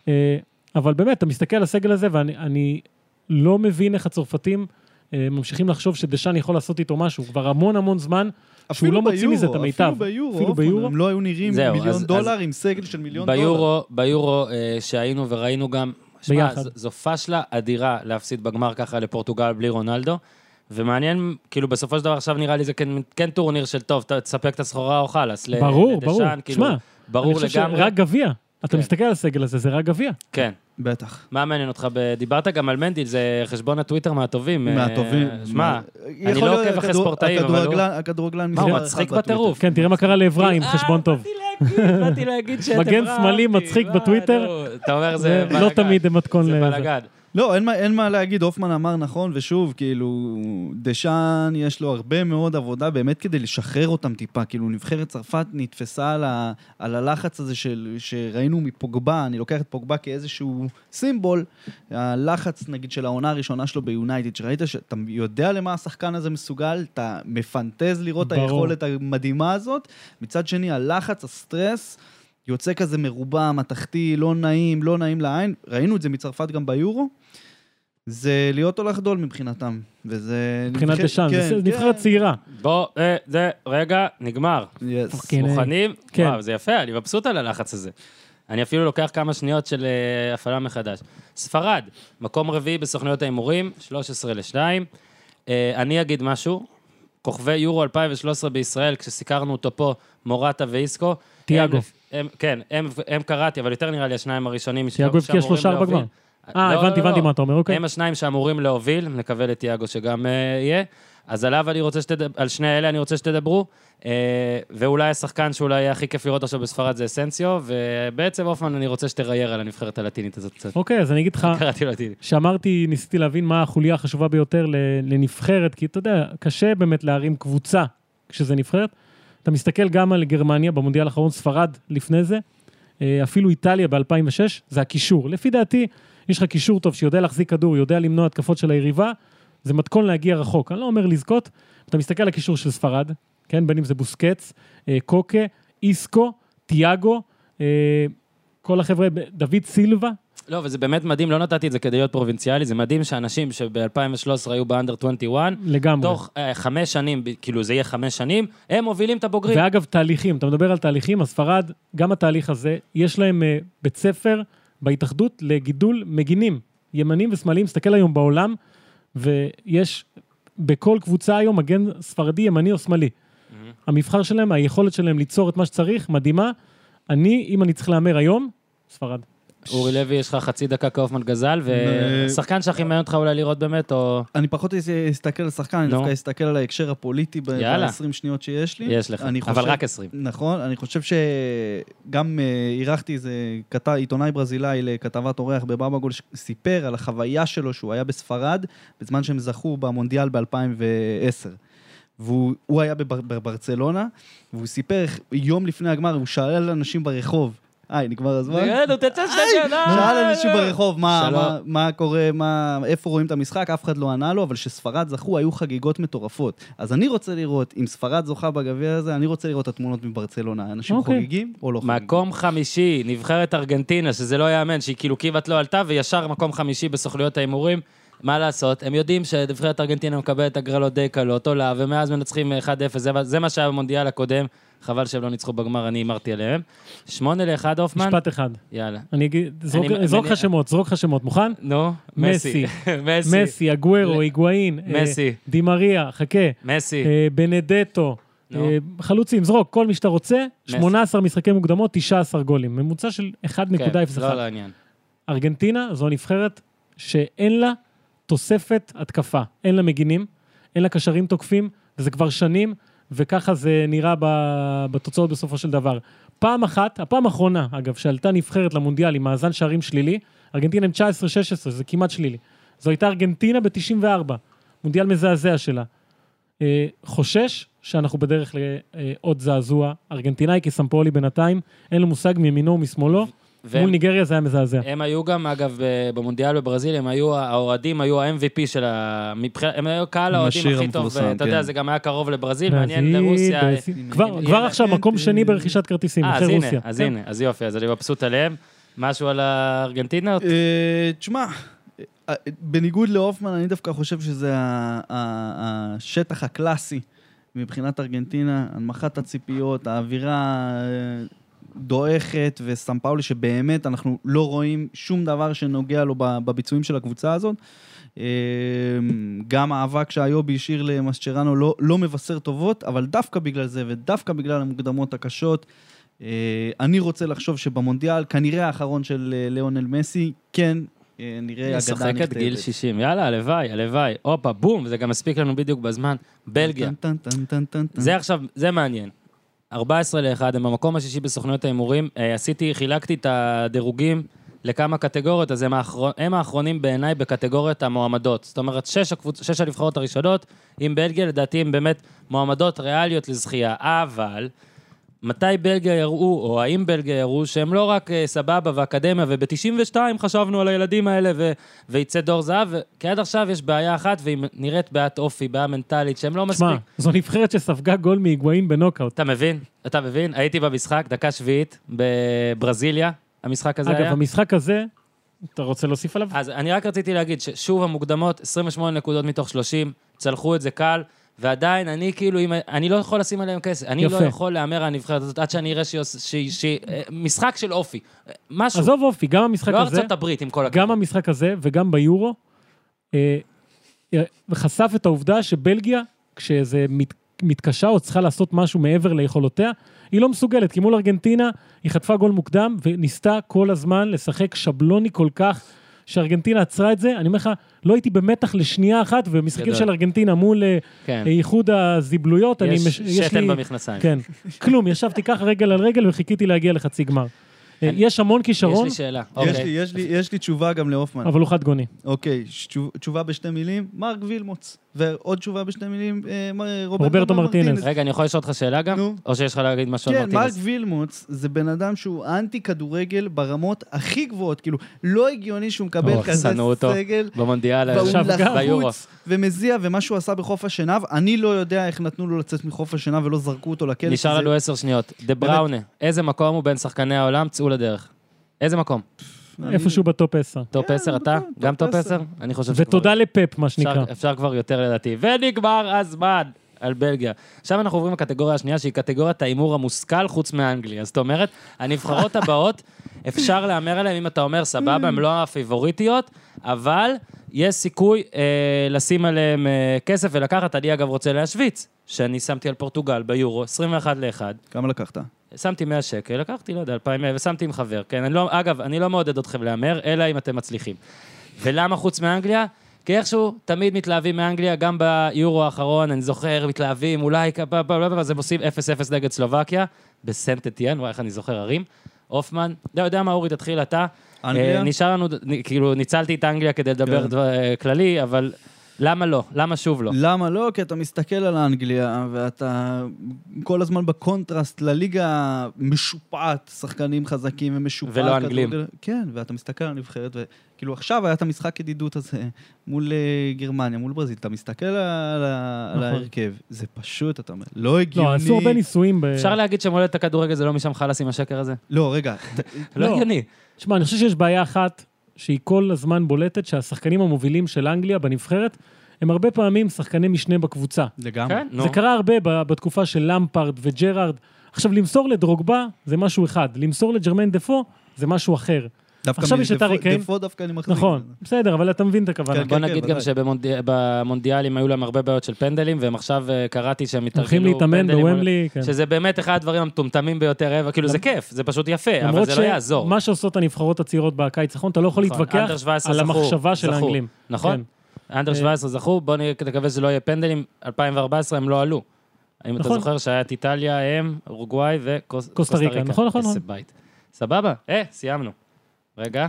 S3: אה, אבל באמת, אתה מסתכל על הסגל הזה, ואני אני לא מבין איך הצרפתים אה, ממשיכים לחשוב שדשאן יכול לעשות איתו משהו. כבר המון המון זמן שהוא
S2: אפילו
S3: לא מוציא
S2: ביורו,
S3: מזה את המיטב.
S2: אפילו ביורו,
S3: אפילו
S2: אפילו
S3: ביורו.
S2: ביורו. הם לא היו נראים
S1: זהו,
S2: מיליון
S1: אז-
S2: דולר
S1: אז-
S2: עם סגל של מיליון דולר.
S1: ביורו, ביורו אה, שהיינו וראינו גם, שמע,
S3: ביחד.
S1: ז- זו פשלה אדירה להפסיד בגמר ככה לפורטוגל בלי רונלדו. ומעניין, כאילו בסופו של דבר עכשיו נראה לי זה כן, כן טורניר של טוב, ת- תספק את הסחורה או חלאס. ל-
S3: ברור,
S1: לדשאן,
S3: ברור.
S1: כאילו,
S3: שמע,
S1: ברור
S3: אני חושב
S1: לגמרי.
S3: שרק גביע. אתה
S1: כן.
S3: מסתכל על הסגל הזה, זה רק גביע.
S1: כן.
S2: בטח.
S1: מה מעניין אותך? ב- דיברת גם על מנדי, זה חשבון הטוויטר מהטובים. אה,
S2: מהטובים.
S1: שמע,
S2: יכול
S1: אני לא
S2: להיות
S1: עוקב אחרי
S2: הכדור-
S1: ספורטאים, אבל הוא...
S2: הכדורגלן- הכדורגלן
S1: מה, הוא
S2: מספר
S1: מצחיק
S2: אחת בטוויטר.
S1: בטירוף.
S3: כן, תראה מה קרה לעברה עם
S1: אה,
S3: חשבון טוב.
S1: באתי להגיד, באתי
S3: [LAUGHS]
S1: להגיד כאילו, שאתם
S3: מגן
S1: רע
S3: שמאלי
S1: אותי,
S3: מצחיק
S1: מה,
S3: בטוויטר.
S1: נו, אתה אומר,
S3: זה
S1: זה בלאגן.
S3: לא תמיד מתכון
S1: זה
S3: לזה.
S1: בלאגן.
S2: לא, אין מה, אין מה להגיד, הופמן אמר נכון, ושוב, כאילו, דשאן, יש לו הרבה מאוד עבודה באמת כדי לשחרר אותם טיפה. כאילו, נבחרת צרפת נתפסה על, ה, על הלחץ הזה של, שראינו מפוגבה, אני לוקח את פוגבה כאיזשהו סימבול, הלחץ, נגיד, של העונה הראשונה שלו ביונייטד, שראית שאתה יודע למה השחקן הזה מסוגל, אתה מפנטז לראות את
S3: ברור.
S2: היכולת המדהימה הזאת, מצד שני, הלחץ, הסטרס, יוצא כזה מרובע, מתכתי, לא נעים, לא נעים לעין. ראינו את זה מצרפת גם ביורו. זה להיות או לחדול מבחינתם, וזה...
S3: מבחינת
S2: נבחרת-
S3: דשאן,
S2: כן,
S3: זה
S2: כן.
S3: נבחרת צעירה.
S1: בוא, אה, זה, רגע, נגמר.
S2: Yes.
S3: כן, אה,
S1: מוכנים?
S3: כן.
S1: כן. וואו, זה יפה, אני מבסוט על הלחץ הזה. אני אפילו לוקח כמה שניות של אה, הפעלה מחדש. ספרד, מקום רביעי בסוכנויות ההימורים, 13 ל-2. אה, אני אגיד משהו, כוכבי יורו 2013 בישראל, כשסיקרנו אותו פה, מורטה ואיסקו.
S3: תיאגו.
S1: הם- הם- כן, הם- הם קראתי, אבל יותר נראה לי השניים הראשונים.
S3: תיאגו
S1: שאמורים
S3: הבקיע שלושה
S1: להוביל.
S3: בגמר. אה,
S1: לא, לא,
S3: הבנתי,
S1: לא,
S3: הבנתי
S1: לא.
S3: מה אתה אומר, אוקיי.
S1: הם השניים שאמורים להוביל, נקווה לתיאגו שגם אה, יהיה. אז עליו אני רוצה שתדברו, על שני אלה אני רוצה שתדברו, אה, ואולי השחקן שאולי יהיה הכי כיף לראות עכשיו בספרד זה אסנסיו, ובעצם הופמן אני רוצה שתראייר על הנבחרת הלטינית הזאת קצת.
S3: אוקיי, אז אני אגיד לך,
S1: קראתי לו לטינית.
S3: שאמרתי, ניסיתי להבין מה החוליה החשובה ביותר ל- לנבחרת, כי אתה יודע, קשה באמת להרים קבוצה כשזה נבחרת. אתה מסתכל גם על גרמניה במונדיאל האחרון, ספרד לפני זה, אה, אפילו איטליה ב-2006, זה הקישור. לפי דעתי, יש לך קישור טוב שיודע להחזיק כדור, יודע למנוע התקפות של היריבה, זה מתכון להגיע רחוק. אני לא אומר לזכות, אתה מסתכל על הקישור של ספרד, כן, בין אם זה בוסקץ, אה, קוקה, איסקו, תיאגו, אה, כל החבר'ה, דוד סילבה,
S1: לא, וזה באמת מדהים, לא נתתי את זה כדי להיות פרובינציאלי, זה מדהים שאנשים שב-2013 היו באנדר 21,
S3: לגמרי.
S1: תוך אה, חמש שנים, ב- כאילו זה יהיה חמש שנים, הם מובילים את הבוגרים.
S3: ואגב, תהליכים, אתה מדבר על תהליכים, אז ספרד, גם התהליך הזה, יש להם אה, בית ספר בהתאחדות לגידול מגינים, ימנים ושמאליים, תסתכל היום בעולם, ויש בכל קבוצה היום מגן ספרדי, ימני או שמאלי. המבחר שלהם, היכולת שלהם ליצור את מה שצריך, מדהימה. אני, אם אני צריך להמר היום, ספרד.
S1: אורי לוי, יש לך חצי דקה קאופמן גזל, ושחקן שהכי מעניין אותך אולי לראות באמת, או...
S2: אני פחות אס- אסתכל על השחקן, אני
S1: נו.
S2: דווקא אסתכל על ההקשר הפוליטי ב-
S1: יאללה.
S2: ב-20 שניות שיש לי.
S1: יש לך,
S2: אני
S1: אבל
S2: חושב-
S1: רק 20.
S2: נכון, אני חושב שגם אה, אירחתי איזה כת... עיתונאי ברזילאי לכתבת אורח בבאבגול, סיפר על החוויה שלו שהוא היה בספרד בזמן שהם זכו במונדיאל ב-2010. והוא הוא היה בבר, בברצלונה, והוא סיפר איך יום לפני הגמר, הוא שאל אנשים ברחוב, היי, נגמר הזמן?
S3: נכון?
S1: נו, תצא שתי אה, לא.
S2: שאל אנשים ברחוב מה,
S1: שלום.
S2: מה, מה קורה, מה, איפה רואים את המשחק, אף אחד לא ענה לו, אבל כשספרד זכו היו חגיגות מטורפות. אז אני רוצה לראות, אם ספרד זוכה בגביע הזה, אני רוצה לראות את התמונות מברצלונה. אנשים
S3: אוקיי.
S2: חוגגים או לא חוגגים?
S1: מקום חמישי, נבחרת ארגנטינה, שזה לא ייאמן, שהיא כאילו כמעט לא עלתה, וישר מקום חמישי בסוכנויות ההימורים. מה לעשות, הם יודעים שנבחרת ארגנטינה מקבלת הגרלות די קלות, עולה, ומאז מנצחים 1-0, זה, מה- זה מה שהיה במונדיאל הקודם, חבל שהם לא ניצחו בגמר, אני הימרתי עליהם. 8 ל-1 הופמן,
S3: משפט אחד.
S1: יאללה.
S3: אני אגיד, זרוק-
S1: אני-
S3: זרוק
S1: אני-
S3: לך שמות, זרוק לך שמות. מוכן?
S1: נו, מסי. [LAUGHS] מסי.
S3: מסי, אגוורו,
S1: ל-
S3: היגואין, אה,
S1: מסי.
S3: דימריה, חכה,
S1: מסי.
S3: אה, בנדטו,
S1: נו.
S3: אה, חלוצים, זרוק, כל מי שאתה רוצה,
S1: מסי.
S3: 18 משחקי מוקדמות, 19 גולים. ממוצע של
S1: כן,
S3: 1.01.
S1: לא לעניין.
S3: ארגנטינה זו הנבחרת שאין לה תוספת התקפה. אין לה מגינים, אין לה קשרים תוקפים, וזה כבר שנים, וככה זה נראה ב- בתוצאות בסופו של דבר. פעם אחת, הפעם האחרונה, אגב, שעלתה נבחרת למונדיאל עם מאזן שערים שלילי, ארגנטינה עם 19-16, זה כמעט שלילי. זו הייתה ארגנטינה ב-94, מונדיאל מזעזע שלה. אה, חושש שאנחנו בדרך לעוד זעזוע. ארגנטינאי כסמפולי בינתיים, אין לו מושג מימינו ומשמאלו.
S1: והם-
S3: מול ניגריה זה היה מזעזע.
S1: הם היו גם, אגב, ב- במונדיאל בברזיל, הם היו, האוהדים היו ה-MVP של ה... מבחינת, הם היו קהל האוהדים
S2: השיר
S1: הכי טוב,
S2: המפורסם,
S1: ואתה יודע,
S2: כן.
S1: זה גם היה קרוב לברזיל,
S3: אז
S1: מעניין
S3: היא
S1: לרוסיה.
S3: ברוסיה- כבר- כבר עכשיו מקום שני ברכישת כרטיסים,
S1: אה, אז
S3: אחרי
S1: הנה,
S3: רוסיה.
S1: אז
S3: כן.
S1: הנה, אז יופי, אז אני מבסוט עליהם. משהו על הארגנטינה?
S2: אה, תשמע, אה, בניגוד להופמן, אני דווקא חושב שזה ה- ה- השטח הקלאסי מבחינת ארגנטינה, הנמכת הציפיות, האווירה אה, דועכת וסאם פאולי, שבאמת אנחנו לא רואים שום דבר שנוגע לו ב- בביצועים של הקבוצה הזאת. אה, גם האבק שהיובי השאיר למסצ'רנו לא, לא מבשר טובות, אבל דווקא בגלל זה ודווקא בגלל המוקדמות הקשות, אה, אני רוצה לחשוב שבמונדיאל, כנראה האחרון של אה, ליאונל מסי, כן אה, נראה אגדה
S1: משחקת
S2: נכתבת.
S1: גיל 60, יאללה, הלוואי, הלוואי. הופה, בום, זה גם הספיק לנו בדיוק בזמן. בלגיה.
S2: טן, טן, טן, טן, טן.
S1: זה עכשיו, זה מעניין. 14 ל-1, הם במקום השישי בסוכנויות ההימורים. אה, עשיתי, חילקתי את הדירוגים לכמה קטגוריות, אז הם, האחר... הם האחרונים בעיניי בקטגוריית המועמדות. זאת אומרת, שש, הקבוצ... שש הנבחרות הראשונות, עם בלגיה, לדעתי, הן באמת מועמדות ריאליות לזכייה. אבל, מתי בלגיה יראו, או האם בלגיה יראו, שהם לא רק אה, סבבה ואקדמיה, וב-92 חשבנו על הילדים האלה, ו... ויצא דור זהב, ו... כי עד עכשיו יש בעיה אחת, והיא נראית בעיית אופי, בעיה מנטלית, שהם לא מספיק...
S3: תשמע, זו נבחרת שספגה גול מהיגואין בנוקאוט.
S1: אתה מבין? אתה מבין? הייתי במשחק, דקה שביעית, בברזיליה, המשחק הזה
S3: אגב,
S1: היה.
S3: המשחק הזה, אתה רוצה להוסיף עליו?
S1: אז אני רק רציתי להגיד ששוב המוקדמות, 28 נקודות מתוך 30, צלחו את זה קל, ועדיין אני כאילו, אם, אני לא יכול לשים עליהם כסף, אני
S3: יפה.
S1: לא יכול להמר על הנבחרת הזאת עד שאני אראה שהיא... עוש- שהיא- שהיא- אה, משחק של אופי, אה, משהו,
S3: עזוב אופי, גם המשחק
S1: לא
S3: הזה,
S1: ארצות הברית עם כל הכבוד.
S3: גם המשחק הזה וגם ביורו, אה, אה, חשף את העובדה שבלגיה, כשזה מת- מתקשה או צריכה לעשות משהו מעבר ליכולותיה, היא לא מסוגלת, כי מול ארגנטינה היא חטפה גול מוקדם וניסתה כל הזמן לשחק שבלוני כל כך, שארגנטינה עצרה את זה. אני אומר לך, לא הייתי במתח לשנייה אחת, ומשחקים
S1: גדול.
S3: של ארגנטינה מול אה,
S1: כן.
S3: איחוד הזיבלויות, אני... מש-
S1: יש
S3: לי-
S1: שתן במכנסיים.
S3: כן, כלום, ישבתי ככה רגל על רגל וחיכיתי להגיע לחצי גמר. אה, יש המון
S1: כן. יש
S3: כישרון,
S1: לי שאלה.
S2: יש לי,
S1: אוקיי.
S2: יש לי, יש לי תשובה גם להופמן.
S3: אבל הוא חד גוני.
S2: אוקיי, שתשוב- תשובה בשתי מילים, מרק וילמוץ. ועוד תשובה בשתי מילים, אה, מ- רוברטו
S3: רוברטו מרטינז.
S1: רגע, אני יכול לשאול אותך שאלה גם?
S2: נו.
S1: או שיש לך להגיד משהו על
S2: כן, מרק
S1: מרטינס?
S2: וילמוץ זה בן אדם שהוא אנטי כדורגל ברמות הכי גבוהות. כאילו, לא הגיוני שהוא מקבל
S1: אוח,
S2: כזה
S1: שנאו אותו.
S2: סגל,
S1: במונדיאל,
S2: והוא
S3: עכשיו גם.
S1: ביורו.
S2: לחוץ ומזיע, ומה שהוא עשה בחוף השנהב, אני לא יודע איך נתנו לו לצאת מחוף השנהב ולא זרקו אותו לכלא.
S1: נשאר
S2: כי זה-
S1: לנו עשר שניות. דה בראונה, איזה מקום הוא בין שחקני העולם? צאו לדרך. איזה מקום?
S2: אני-
S3: איפשהו בטופ 10.
S1: טופ
S2: כן,
S1: עשר אתה?
S2: בטוח,
S1: גם
S2: טופ
S1: טופ
S2: עשר.
S1: עשר? אני חושב שכבר...
S3: ותודה לפאפ, מה שנקרא.
S1: אפשר- אפשר כבר יותר לדעתי. ונגמר הזמן על בלגיה. עכשיו אנחנו עוברים לקטגוריה השנייה, שהיא קטגוריית ההימור המושכל חוץ מאנגליה. זאת אומרת,
S2: [LAUGHS]
S1: הנבחרות הבאות, אפשר להמר עליהן, אם אתה אומר, סבבה, הן לא הפיבוריטיות, אבל יש סיכוי אה, לשים עליהן אה, כסף ולקחת. אני אגב רוצה להשוויץ, שאני שמתי על פורטוגל ביורו, 21 ל-1.
S2: כמה לקחת?
S1: שמתי 100 שקל, לקחתי, לא יודע, 2,000, ושמתי עם חבר, כן? אני לא, אגב, אני לא מעודד אתכם להמר, אלא אם אתם מצליחים. ולמה חוץ מאנגליה? כי איכשהו תמיד מתלהבים מאנגליה, גם ביורו האחרון, אני זוכר, מתלהבים, אולי כפה, אז הם עושים 0-0 נגד סלובקיה, בסנטטיאן, וואי, איך אני זוכר ערים. הופמן, לא יודע מה, אורי, תתחיל אתה.
S2: אנגליה?
S1: אה, נשאר לנו, נ- כאילו, ניצלתי את אנגליה כדי לדבר
S2: כן.
S1: דבר- אה, כללי, אבל למה לא? למה שוב לא?
S2: למה לא? כי אתה מסתכל על האנגליה, ואתה כל הזמן בקונטרסט לליגה המשופעת, שחקנים חזקים ומשופעת.
S1: ולא אנגלים.
S2: כדורגל- כן, ואתה מסתכל על הנבחרת, וכאילו עכשיו היה את המשחק ידידות הזה מול אה, גרמניה, מול ברזיל, אתה מסתכל על, ה- על
S3: נכון.
S2: ההרכב, זה פשוט, אתה אומר, לא הגיוני.
S3: לא, עשו הרבה ניסויים ב...
S1: אפשר להגיד שמולדת הכדורגל זה לא משם חלאס עם השקר הזה?
S2: לא, רגע,
S1: לא
S3: לא.
S1: הגיוני.
S3: תשמע, אני חושב שיש בעיה אחת, שהיא כל הזמן בולטת, שהשחקנים המובילים של אנגליה בנבחרת, הם הרבה פעמים שחקני משנה בקבוצה.
S2: לגמרי.
S1: כן, נו.
S3: זה קרה הרבה ב- בתקופה של למפרד וג'רארד. עכשיו, למסור לדרוגבה זה משהו אחד, למסור לג'רמן דפו זה משהו אחר.
S2: דווקא
S3: עכשיו יש את
S2: מדפו-
S3: הארי קיין.
S2: דפו דווקא אני מחזיק.
S3: נכון, בסדר, אבל אתה מבין את הכוונה.
S2: כן,
S1: בוא
S2: כן,
S1: נגיד
S2: ודאי.
S1: גם שבמונדיאלים היו להם הרבה בעיות של פנדלים, והם עכשיו אה, קראתי שהם
S3: הולכים
S1: התארגנו
S3: להתאמן
S1: פנדלים,
S3: בוומלי, כן.
S1: שזה באמת אחד הדברים המטומטמים ביותר, אבל כאילו זה כיף, זה פשוט יפה, אבל זה לא יעזור.
S3: מה שעושות הנבחרות הצעירות בקיץ האחרון, אתה לא יכול
S1: נכון,
S3: להתווכח
S1: אנדר 17
S3: על
S1: זכו,
S3: המחשבה של
S1: זכו,
S3: האנגלים.
S1: נכון? אנדר
S3: אה,
S1: 17 זכו, בוא נ- נקווה שלא יהיה פנדלים, 2014 הם לא עלו. אם אתה
S3: נכון.
S1: זוכר שהיה את איטליה, הם, אורוגוואי
S3: קוסטה
S1: וקוסטה
S3: ריקה.
S1: ריקה.
S3: נכון, נכון,
S1: איזה
S3: נכון.
S1: בית. סבבה, אה, סיימנו. רגע,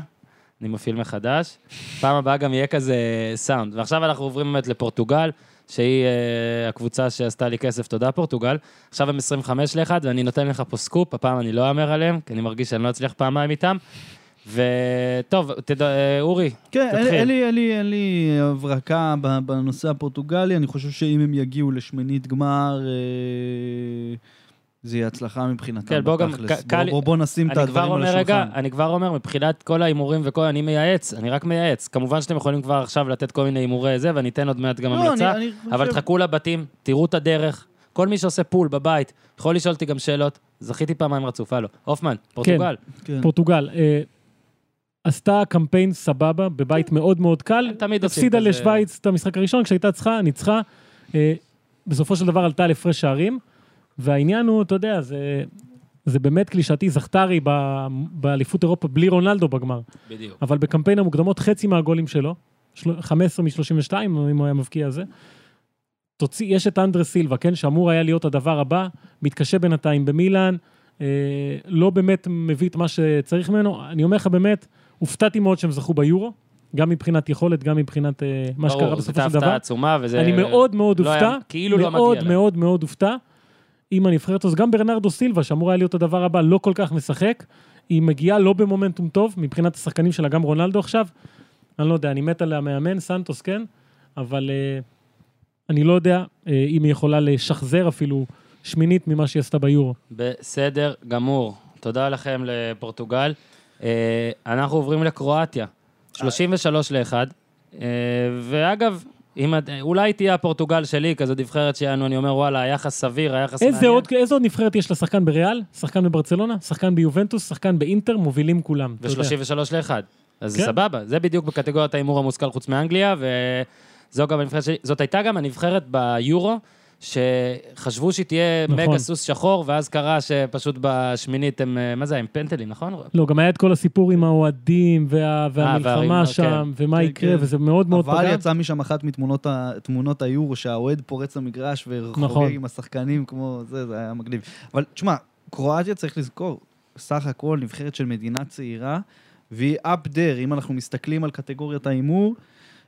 S1: אני מפעיל מחדש. פעם הבאה גם יהיה כזה סאונד. ועכשיו אנחנו עוברים באמת לפורטוגל, שהיא אה, הקבוצה שעשתה לי כסף, תודה פורטוגל. עכשיו הם 25 ל-1, ואני נותן לך פה סקופ, הפעם אני לא אאמר עליהם, כי אני מרגיש שאני לא אצליח פעמיים איתם. וטוב, תדע, אה, אורי,
S2: כן, אין-
S1: תתחיל.
S2: אין לי- אין לי- אין לי הברקה ב- בנושא הפורטוגלי, אני חושב שאם הם יגיעו לשמינית גמר, אה, זה יהיה הצלחה מבחינתם.
S1: כן, בוא גם-
S2: בתכלס.
S1: ק- קל-
S2: בוא- בוא- בוא נשים את
S1: אני כבר
S2: הדברים על
S1: אומר, רגע,
S2: השולחן.
S1: אני כבר אומר, מבחינת כל ההימורים וכל, אני מייעץ, אני רק מייעץ. כמובן שאתם יכולים כבר עכשיו לתת כל מיני הימורי זה, ואני אתן עוד מעט גם
S2: לא,
S1: המלצה,
S2: אני- אני
S1: אבל
S2: חושב-
S1: תחכו לבתים, תראו את הדרך. כל מי שעושה פול בבית, יכול לשאול אותי גם שאלות. זכיתי פעמיים רצופה, לא. הופמן, פורטוגל.
S2: כן.
S3: פורטוגל, אה, עשתה קמפיין סבבה, בבית מאוד מאוד קל.
S1: הם כן. תמיד עושים
S3: הפסידה
S1: כזה.
S3: לשוויץ את המשחק הראשון, כשהייתה צריכה, ניצחה. אה, בסופו של דבר עלתה על הפרש שערים, והעניין הוא, אתה יודע, זה... זה באמת קלישאתי, זכתה הרי ב- באליפות אירופה בלי רונלדו בגמר.
S1: בדיוק.
S3: אבל בקמפיין המוקדמות חצי מהגולים שלו, של- 15 מ-32, אם הוא היה מבקיע זה. תוציא, יש את אנדרס סילבה, כן, שאמור היה להיות הדבר הבא, מתקשה בינתיים במילאן, אה, לא באמת מביא את מה שצריך ממנו. אני אומר לך באמת, הופתעתי מאוד שהם זכו ביורו, גם מבחינת יכולת, גם מבחינת אה, מה שקרה
S1: ברור, זאת
S3: בסופו של דבר.
S1: הפתעה עצומה, וזה...
S3: אני מאוד מאוד
S1: לא היה-
S3: הופתע,
S1: כאילו לא מגיע
S3: מאוד
S1: להם.
S3: מאוד מאוד הופתע עם הנבחרת הזאת. גם ברנרדו סילבה, שאמור היה להיות הדבר הבא, לא כל כך משחק. היא מגיעה לא במומנטום טוב, מבחינת השחקנים שלה, גם רונלדו עכשיו. אני לא יודע, אני מת על המאמן, סנטוס, כן? אבל אה, אני לא יודע אה, אם היא יכולה לשחזר אפילו שמינית ממה שהיא עשתה ביורו.
S1: בסדר גמור. תודה לכם לפורטוגל. אה, אנחנו עוברים לקרואטיה. 33 ל-1. אה, ואגב, אם את- אולי תהיה הפורטוגל שלי, כזו נבחרת שלנו, אני אומר, וואלה, היחס סביר, היחס מעניין.
S3: איזה עוד, איזה עוד נבחרת יש לשחקן בריאל? שחקן בברצלונה? שחקן ביובנטוס? שחקן באינטר? מובילים כולם. אתה יודע.
S1: ו-33 ל-1. אז
S3: כן.
S1: סבבה, זה בדיוק בקטגוריית ההימור המושכל חוץ מאנגליה, וזו גם הנבחרת שלי. זאת הייתה גם הנבחרת ביורו, שחשבו שהיא תהיה
S3: נכון.
S1: מגה סוס שחור, ואז קרה שפשוט בשמינית הם, אה, מה זה, היה, הם פנטלים, נכון?
S3: לא, גם היה את כל הסיפור עם האוהדים וה, והמלחמה
S1: אה, והרימה,
S3: שם, ומה
S2: כן,
S3: יקרה,
S2: כן.
S3: וזה מאוד מאוד
S2: אבל
S3: פגע.
S2: יצא משם אחת מתמונות ה- תמונות היורו, שהאוהד פורץ למגרש
S3: נכון.
S2: וחוגג עם השחקנים כמו זה, זה היה מגניב. אבל תשמע, קרואטיה צריך לזכור, סך הכל נבחרת של מדינה צעירה, והיא up there, אם אנחנו מסתכלים על קטגוריית ההימור,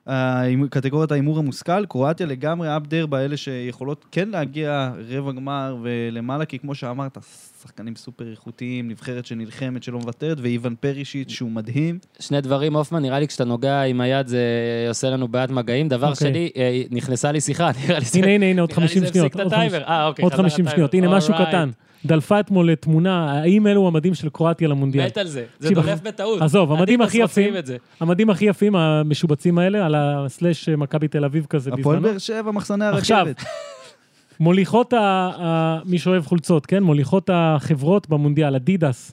S2: אה, עם- קטגוריית ההימור המושכל, קרואטיה לגמרי up there באלה שיכולות כן להגיע רבע גמר ולמעלה, כי כמו שאמרת, שחקנים סופר איכותיים, נבחרת שנלחמת, שלא מוותרת, ואיוון פרישיץ' שהוא מדהים.
S1: שני דברים, הופמן, נראה לי כשאתה נוגע עם היד זה עושה לנו בעיית מגעים. דבר
S3: אוקיי.
S1: שני, אה, נכנסה לי שיחה, [LAUGHS] נראה לי זה...
S3: הנה, הנה, הנה, עוד
S1: נראה לי
S3: 50
S1: זה
S3: שניות.
S1: הפסיק
S3: עוד
S1: את
S3: 50
S1: הטיימר. אה, אוקיי,
S3: עוד
S1: חזר
S3: 50
S1: הטיימר.
S3: שניות, הנה משהו
S1: Alright.
S3: קטן. דלפה אתמול תמונה, האם אלו המדים של קרואטיה למונדיאל.
S1: מת על זה, זה
S3: תקשיב,
S1: דולף בטעות.
S3: עזוב, המדים
S1: אדידס
S3: הכי יפים,
S1: עושים את זה.
S3: המדים הכי יפים, המשובצים האלה, על הסלאש מכבי תל אביב כזה
S2: הפועל
S3: בזמנו.
S2: באר שבע, מחסני
S3: עכשיו,
S2: הרכבת.
S3: מוליכות, ה- ה- מי שאוהב חולצות, כן? מוליכות החברות במונדיאל, אדידס,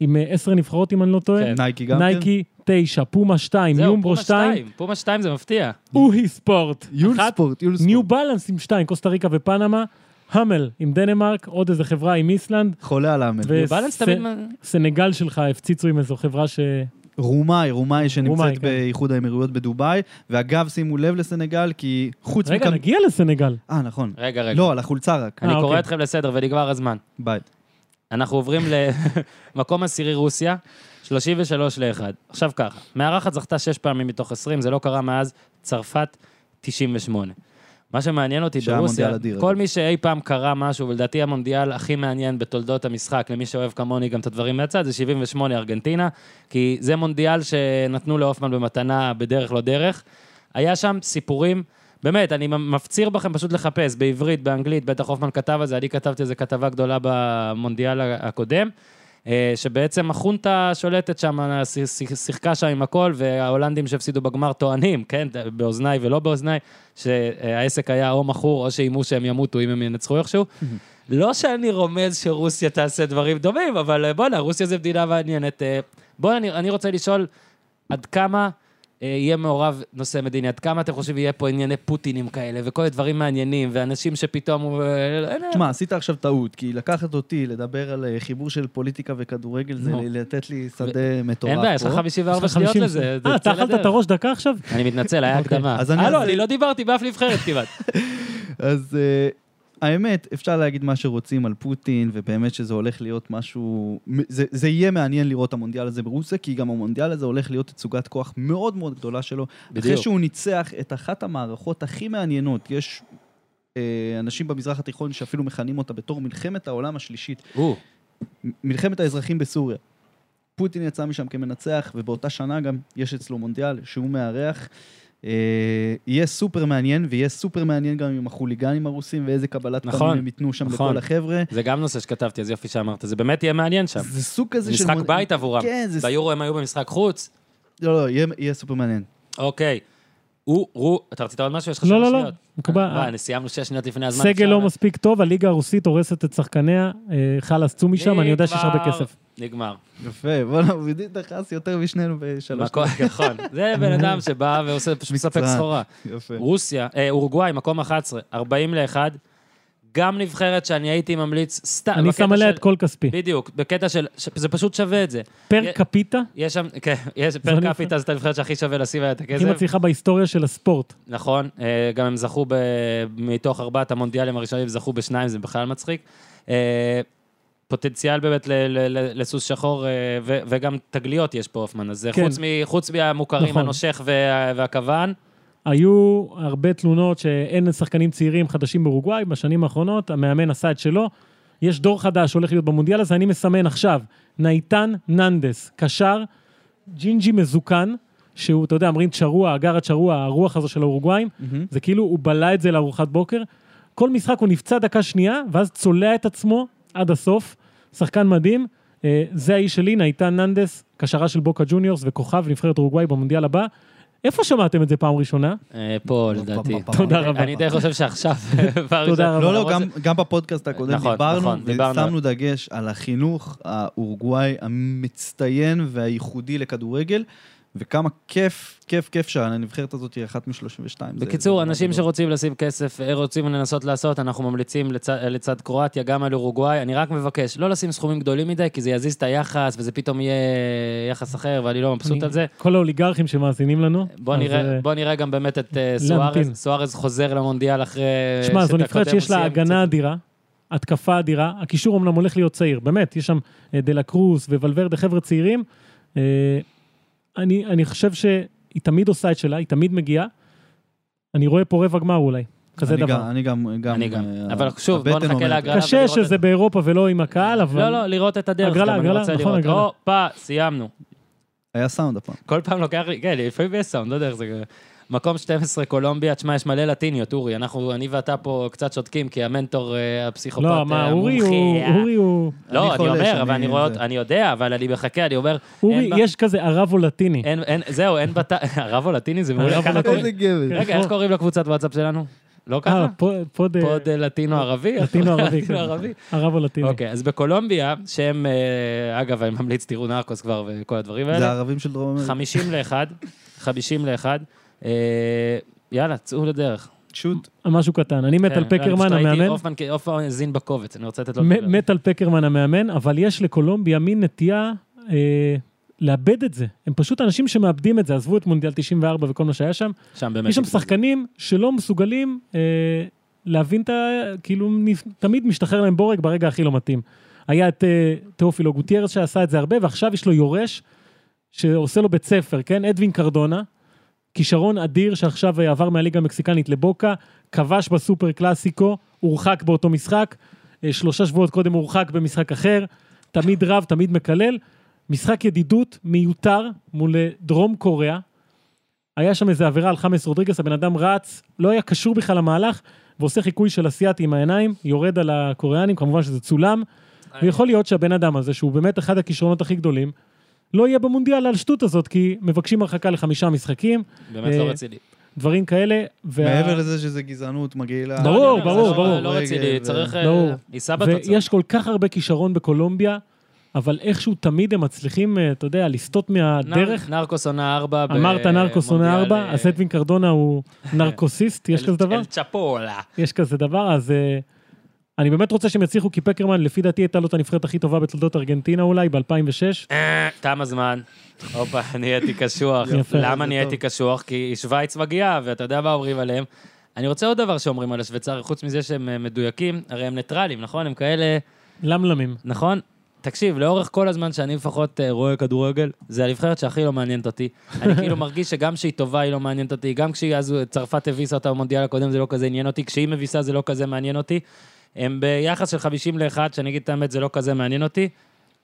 S3: עם אה, עשר נבחרות, אם אני לא טועה.
S1: כן.
S2: נייקי גם כן.
S3: נייקי 9, פומה 2,
S1: זהו,
S3: יומברו
S1: פומה
S3: 2,
S1: שתיים, פומה 2 זה מפתיע.
S3: אוהי ספורט.
S2: יול
S3: אחת,
S2: ספורט, יול ספורט.
S3: ניו בלנס עם 2, קוסטה ריקה ופנמה, המל עם דנמרק, עוד איזה חברה עם איסלנד,
S2: חולה על האמן.
S3: ו-
S1: בלנס
S3: זה-
S1: תמיד...
S3: סנגל שלך הפציצו עם איזו חברה ש...
S2: רומאי, רומאי
S3: רומאי,
S2: שנמצאת
S3: כן.
S2: באיחוד האמירויות בדובאי. ואגב, שימו לב לסנגל, כי חוץ
S3: רגע,
S2: מכאן-
S3: נגיע לסנגל.
S2: אה, נכון.
S1: רגע, רגע.
S2: לא, על החולצה רק.
S1: אני
S3: אה,
S1: קורא
S3: אוקיי.
S1: אתכם לסדר ונגמר הזמן.
S2: ביי.
S1: אנחנו עוברים [LAUGHS] למקום עשירי רוסיה, 33 ל-1. עכשיו ככה, מארחת זכתה 6 פעמים מתוך 20, זה לא קרה מאז צרפת 98. מה שמעניין אותי
S2: שהיה
S1: ברוסיה,
S2: מונדיאל אדיר.
S1: כל מי שאי פעם קרא משהו, ולדעתי המונדיאל הכי מעניין בתולדות המשחק, למי שאוהב כמוני גם את הדברים מהצד, זה 78 ארגנטינה, כי זה מונדיאל שנתנו להופמן במתנה בדרך לא דרך. היה שם סיפורים, באמת, אני מפציר בכם פשוט לחפש, בעברית, באנגלית, בטח הופמן כתב על זה, אני כתבתי איזו כתבה גדולה במונדיאל הקודם, אה, שבעצם החונטה שולטת שם, ש- ש- שיחקה שם עם הכל, וההולנדים שהפסידו בגמר טוענים, כן, באוזניי ולא באוזניי, שהעסק היה או מכור או שאיימו שהם ימותו אם הם ינצחו איכשהו. לא שאני רומז שרוסיה תעשה דברים דומים, אבל אה, בואנה, רוסיה זו מדינה מעניינת. אה, בואנה, אני, אני רוצה לשאול עד כמה אה, יהיה מעורב נושא מדיני, עד כמה אתם חושבים יהיה פה ענייני פוטינים כאלה, וכל הדברים מעניינים, ואנשים שפתאום... אה, אה,
S2: תשמע, עשית עכשיו טעות, כי לקחת אותי לדבר על אה, חיבור של פוליטיקה וכדורגל, זה
S1: נו.
S2: ל- לתת לי שדה מטורף
S1: אין
S2: פה.
S1: בעיה, יש לך 54 שניות
S3: 50.
S1: לזה.
S3: אה, אתה
S1: תצא
S3: אכלת
S1: לדרך.
S3: את הראש דקה עכשיו?
S1: אני מתנצל, היה
S3: אוקיי.
S1: הקדמה.
S2: אז אני-
S1: אה, לא,
S2: אז-
S1: אני לא דיברתי באף נבחרת
S3: [LAUGHS]
S1: כמעט.
S2: אז אה, האמת, אפשר להגיד מה שרוצים על פוטין, ובאמת שזה הולך להיות משהו... מ- זה, זה יהיה מעניין לראות את המונדיאל הזה ברוסיה, כי גם המונדיאל הזה הולך להיות תצוגת כוח מאוד מאוד גדולה שלו. אחרי שהוא ניצח את אחת המערכות הכי מעניינות, יש... אה, אנשים במזרח התיכון שאפילו מכנים אותה בתור מלחמת העולם השלישית,
S1: הוא.
S2: מ- מלחמת האזרחים בסוריה. פוטין יצא משם כמנצח, ובאותה שנה גם יש אצלו מונדיאל שהוא מארח. אה, יהיה סופר מעניין, ויהיה סופר מעניין גם עם החוליגנים הרוסים, ואיזה קבלת
S1: נכון,
S2: פנים הם ייתנו שם
S1: נכון.
S2: לכל החבר'ה.
S1: זה גם נושא שכתבתי, אז יופי שאמרת. זה באמת יהיה מעניין שם.
S2: זה סוג כזה
S1: זה
S2: של...
S1: כן. משחק
S2: מונ-
S1: בית עבורם.
S2: כן, זה...
S1: ביורו הם היו במשחק חוץ.
S2: לא, לא, יהיה- יהיה סופר מעניין.
S1: אוקיי. הוא, רו, אתה רצית עוד משהו? יש לך
S3: לא,
S1: שלוש
S3: לא, לא.
S1: שניות.
S3: מקובל.
S1: וואי, סיימנו שש שניות לפני הזמן.
S3: סגל
S1: אפשר
S3: לא
S1: לה-
S3: מספיק טוב, הליגה הרוסית הורסת את שחקניה, אה, חלאס, צאו משם, אני יודע שיש הרבה
S1: נגמר.
S3: כסף.
S1: נגמר.
S2: יפה, בוא'נה, הוא בדיוק דחס יותר משנינו בשלוש.
S1: מקום- [LAUGHS] נכון. זה
S3: [LAUGHS]
S1: בן אדם שבא ועושה, פשוט מספק
S2: מקצוען.
S1: סחורה.
S2: יפה.
S1: רוסיה, אה, אורוגוואי, מקום 11, 40 ל-1. גם נבחרת שאני הייתי ממליץ סתם.
S3: אני
S1: אה, בקטע
S3: שם עליה
S1: של-
S3: את כל כספי.
S1: בדיוק, בקטע של, ש- זה פשוט שווה את זה.
S3: פר קפיטה,
S1: יש שם, כן, יש פר
S3: נבחרת.
S1: קפיטה, זאת הנבחרת שהכי שווה לשים עליה את
S3: היא
S1: הכסף.
S3: מצליחה בהיסטוריה של הספורט.
S1: נכון, אה, גם הם זכו ב... מתוך ארבעת המונדיאלים הראשונים, הם זכו בשניים, זה בכלל מצחיק. אה, פוטנציאל באמת ל- ל- ל- לסוס שחור, אה, ו- וגם תגליות יש פה, הופמן, אז
S3: כן.
S1: כן. חוץ, מ- חוץ מהמוכרים,
S3: נכון.
S1: הנושך וה- והכוון,
S3: היו הרבה תלונות שאין שחקנים צעירים חדשים באורוגוואי בשנים האחרונות, המאמן עשה את שלו. יש דור חדש שהולך להיות במונדיאל הזה, אני מסמן עכשיו, נייטן ננדס, קשר, ג'ינג'י מזוקן, שהוא, אתה יודע, אומרים צ'רוע, הגארד צ'רוע, הרוח הזו של האורוגוואים,
S2: מהמם.
S3: זה כאילו, הוא בלע את זה לארוחת בוקר. כל משחק הוא נפצע דקה שנייה, ואז צולע את עצמו עד הסוף. שחקן מדהים. אה, זה האיש שלי, נאיטן ננדס, קשרה של בוקה ג'וניורס וכוכב נבחרת אורוגוואי במונדיאל הבא. איפה שמעתם את זה פעם ראשונה?
S1: אה, פה
S2: פעם,
S1: לדעתי.
S2: פעם, פעם.
S3: תודה רבה.
S1: אני די חושב שעכשיו...
S3: תודה רבה.
S2: לא, לא, גם, גם בפודקאסט הקודם
S1: נכון,
S2: דיברנו,
S1: נכון, דיברנו.
S2: ושמנו דגש על החינוך האורוגוואי המצטיין והייחודי לכדורגל, וכמה כיף, כיף, כיף שהנבחרת הזאת היא אחת מ-32.
S1: בקיצור, אנשים שרוצים לשים כסף, אה, רוצים לנסות לעשות, אנחנו ממליצים לצ... אה, לצד קרואטיה, גם על אורוגוואי. אני רק מבקש, לא לשים סכומים גדולים מדי, כי זה יזיז את היחס, וזה פתאום יהיה יחס אחר, ואני לא מבסוט
S3: אני-
S1: על זה.
S3: כל האוליגרכים שמאזינים לנו.
S1: בוא
S3: אז,
S1: נראה,
S3: אה,
S1: בוא נראה גם באמת את אה,
S3: להמתין.
S1: סוארז. סוארז חוזר למונדיאל אחרי...
S3: שמע, זו
S1: שאתה
S3: נבחרת
S1: כותב,
S3: שיש לה
S1: הוא סיים
S3: הגנה אדירה, התקפה אדירה, הקישור אמנם הולך להיות צעיר, באמת, יש שם אה, דה לה קרוס וולברדה, חבר'ה צעירים. אה, אני, אני חושב שהיא תמיד עושה את שלה, היא תמיד מגיעה. אני רואה פה רבע גמר אולי, כזה
S2: אני
S3: דבר.
S2: גם, אני גם, גם,
S1: אני גם.
S2: אה,
S1: אבל שוב, בוא
S2: הבטן
S1: נחכה
S2: אומרת.
S1: להגרלה.
S3: קשה
S1: ולראות את
S3: שזה באירופה ולא עם הקהל,
S1: קצת.
S3: אבל...
S1: לא, לא, לראות את הדרך,
S3: הגרלה,
S1: גם אני
S3: הגרלה,
S1: רוצה
S3: נכון,
S1: לראות.
S3: הגרלה.
S1: הופה, סיימנו.
S2: היה סאונד הפעם.
S1: כל פעם לוקח לי, כן, לפעמים יש סאונד, לא יודע איך זה קורה. מקום 12, קולומביה, תשמע, יש מלא לטיניות, אורי. אנחנו, אני ואתה פה קצת שותקים, כי המנטור, אה, הפסיכופת,
S3: לא,
S1: אה,
S3: מה, אורי
S1: המומחי,
S3: הוא...
S1: אה,
S3: אורי הוא...
S1: לא,
S2: אני
S1: אני
S2: חולש,
S1: אומר,
S2: אני-
S1: אבל אני רואה,
S2: זה.
S1: אני יודע, אבל אני מחכה, אני אומר,
S3: אורי,
S1: בה-
S3: יש כזה ערב או לטיני.
S1: אין, אין, זהו, אין בת... [LAUGHS] הרב הלטיני זה מעולה.
S3: הרב
S1: ככה
S3: הלטיני. אוקיי.
S1: קוראים-
S2: איזה גבר.
S1: רגע, איך קוראים לקבוצת וואטסאפ שלנו? לא ככה?
S3: אה, פוד- פוד... אה,
S1: פוד אה, לטינו ערבי?
S3: לטינו ערבי,
S1: [LAUGHS]
S3: כן.
S1: לטינו ערבי.
S3: ערב או לטיני.
S1: אוקיי, אז בקולומביה, שהם, אה, אגב, אני ממליץ, תראו נרקוס כבר וכל הדברים
S2: זה
S1: האלה.
S2: הערבים של דרום אמריקה.
S1: 50 ל-1, 50 ל-1. אה, יאללה, צאו לדרך.
S2: התרגשות.
S3: משהו קטן. אני מת על
S1: כן, לא, אני פשוט
S3: פקרמן,
S1: ראיתי
S3: המאמן.
S1: הופמן כ- הופמן זין בקובץ, אני רוצה לתת לו...
S3: מ- מת על פקרמן המאמן, אבל יש לקולומביה מין נטייה אה, לאבד את זה. הם פשוט אנשים שמאבדים את זה, עזבו את מונדיאל 94 וכל מה שהיה שם.
S1: שם באמת.
S3: יש שם שחקנים שלא מסוגלים אה, להבין את ה... כאילו, נפ- תמיד משתחרר להם בורג ברגע הכי לא מתאים. היה את אה, תיאופילו גוטיירס שעשה את זה הרבה, ועכשיו יש לו יורש שעושה לו בית ספר, כן? אדווין קרדונה, כישרון אדיר שעכשיו אה, עבר מהליגה המקסיקנית לבוקה, כבש בסופר קלאסיקו, הורחק באותו משחק, אה, שלושה שבועות קודם הורחק במשחק אחר, תמיד רב, תמיד מקלל. משחק ידידות מיותר מול אה, דרום קוריאה. היה שם איזה עבירה על חמאס רודריגס, הבן אדם רץ, לא היה קשור בכלל למהלך, ועושה חיקוי של אסיאתי עם העיניים, יורד על הקוריאנים, כמובן שזה צולם,
S1: אה,
S3: ויכול להיות שהבן אדם הזה, שהוא באמת אחד הכישרונות הכי גדולים, לא יהיה במונדיאל על השטות הזאת, כי מבקשים הרחקה לחמישה משחקים,
S1: באמת לא
S3: אה,
S1: רציני.
S3: דברים כאלה. וה-
S2: מעבר לזה שזה גזענות מגעילה.
S3: ברור,
S1: לא, אני אומר,
S3: ברור,
S1: זה לא-
S3: ברור.
S1: לא רציני,
S2: ו-
S1: צריך... אה,
S3: ברור.
S1: ייסע בתוצאה.
S3: ויש כל כך הרבה כישרון בקולומביה, אבל איכשהו תמיד הם מצליחים, אה, אתה יודע, לסטות מהדרך.
S1: נר- נרקוס עונה 4.
S3: אמרת נרקוס עונה 4, אז אדווין קרדונה הוא נרקוסיסט, יש כזה דבר?
S1: אה, אל צ'פולה.
S3: יש כזה דבר, אז אה, אני באמת רוצה שהם יצליחו, כי פקרמן, לפי דעתי, הייתה לו את הנבחרת הכי טובה בתולדות ארגנטינה אולי, ב-2006.
S1: אה, תם הזמן. הופה, [LAUGHS] נהייתי קשוח.
S3: יפה.
S2: זה
S1: למה
S2: טוב.
S1: נהייתי קשוח? כי שווייץ מגיעה, ואתה יודע מה אומרים עליהם. אני רוצה עוד דבר שאומרים על השוויצרים, חוץ מזה שהם אה, מדויקים, הרי הם ניטרלים, נכון? הם כאלה...
S3: למלמים.
S1: נכון? תקשיב, לאורך כל הזמן שאני לפחות אה, רואה כדורגל, זה הנבחרת שהכי לא מעניינת אותי. אני כאילו מרגיש שגם כשהיא טובה היא לא מעניינת אותי, גם כשהיא אז צרפת הביסה אותה במונדיאל הקודם זה לא כזה עניין אותי, כשהיא מביסה זה לא כזה מעניין אותי. הם ביחס של 50 ל-1, שאני אגיד את האמת, זה לא כזה מעניין אותי.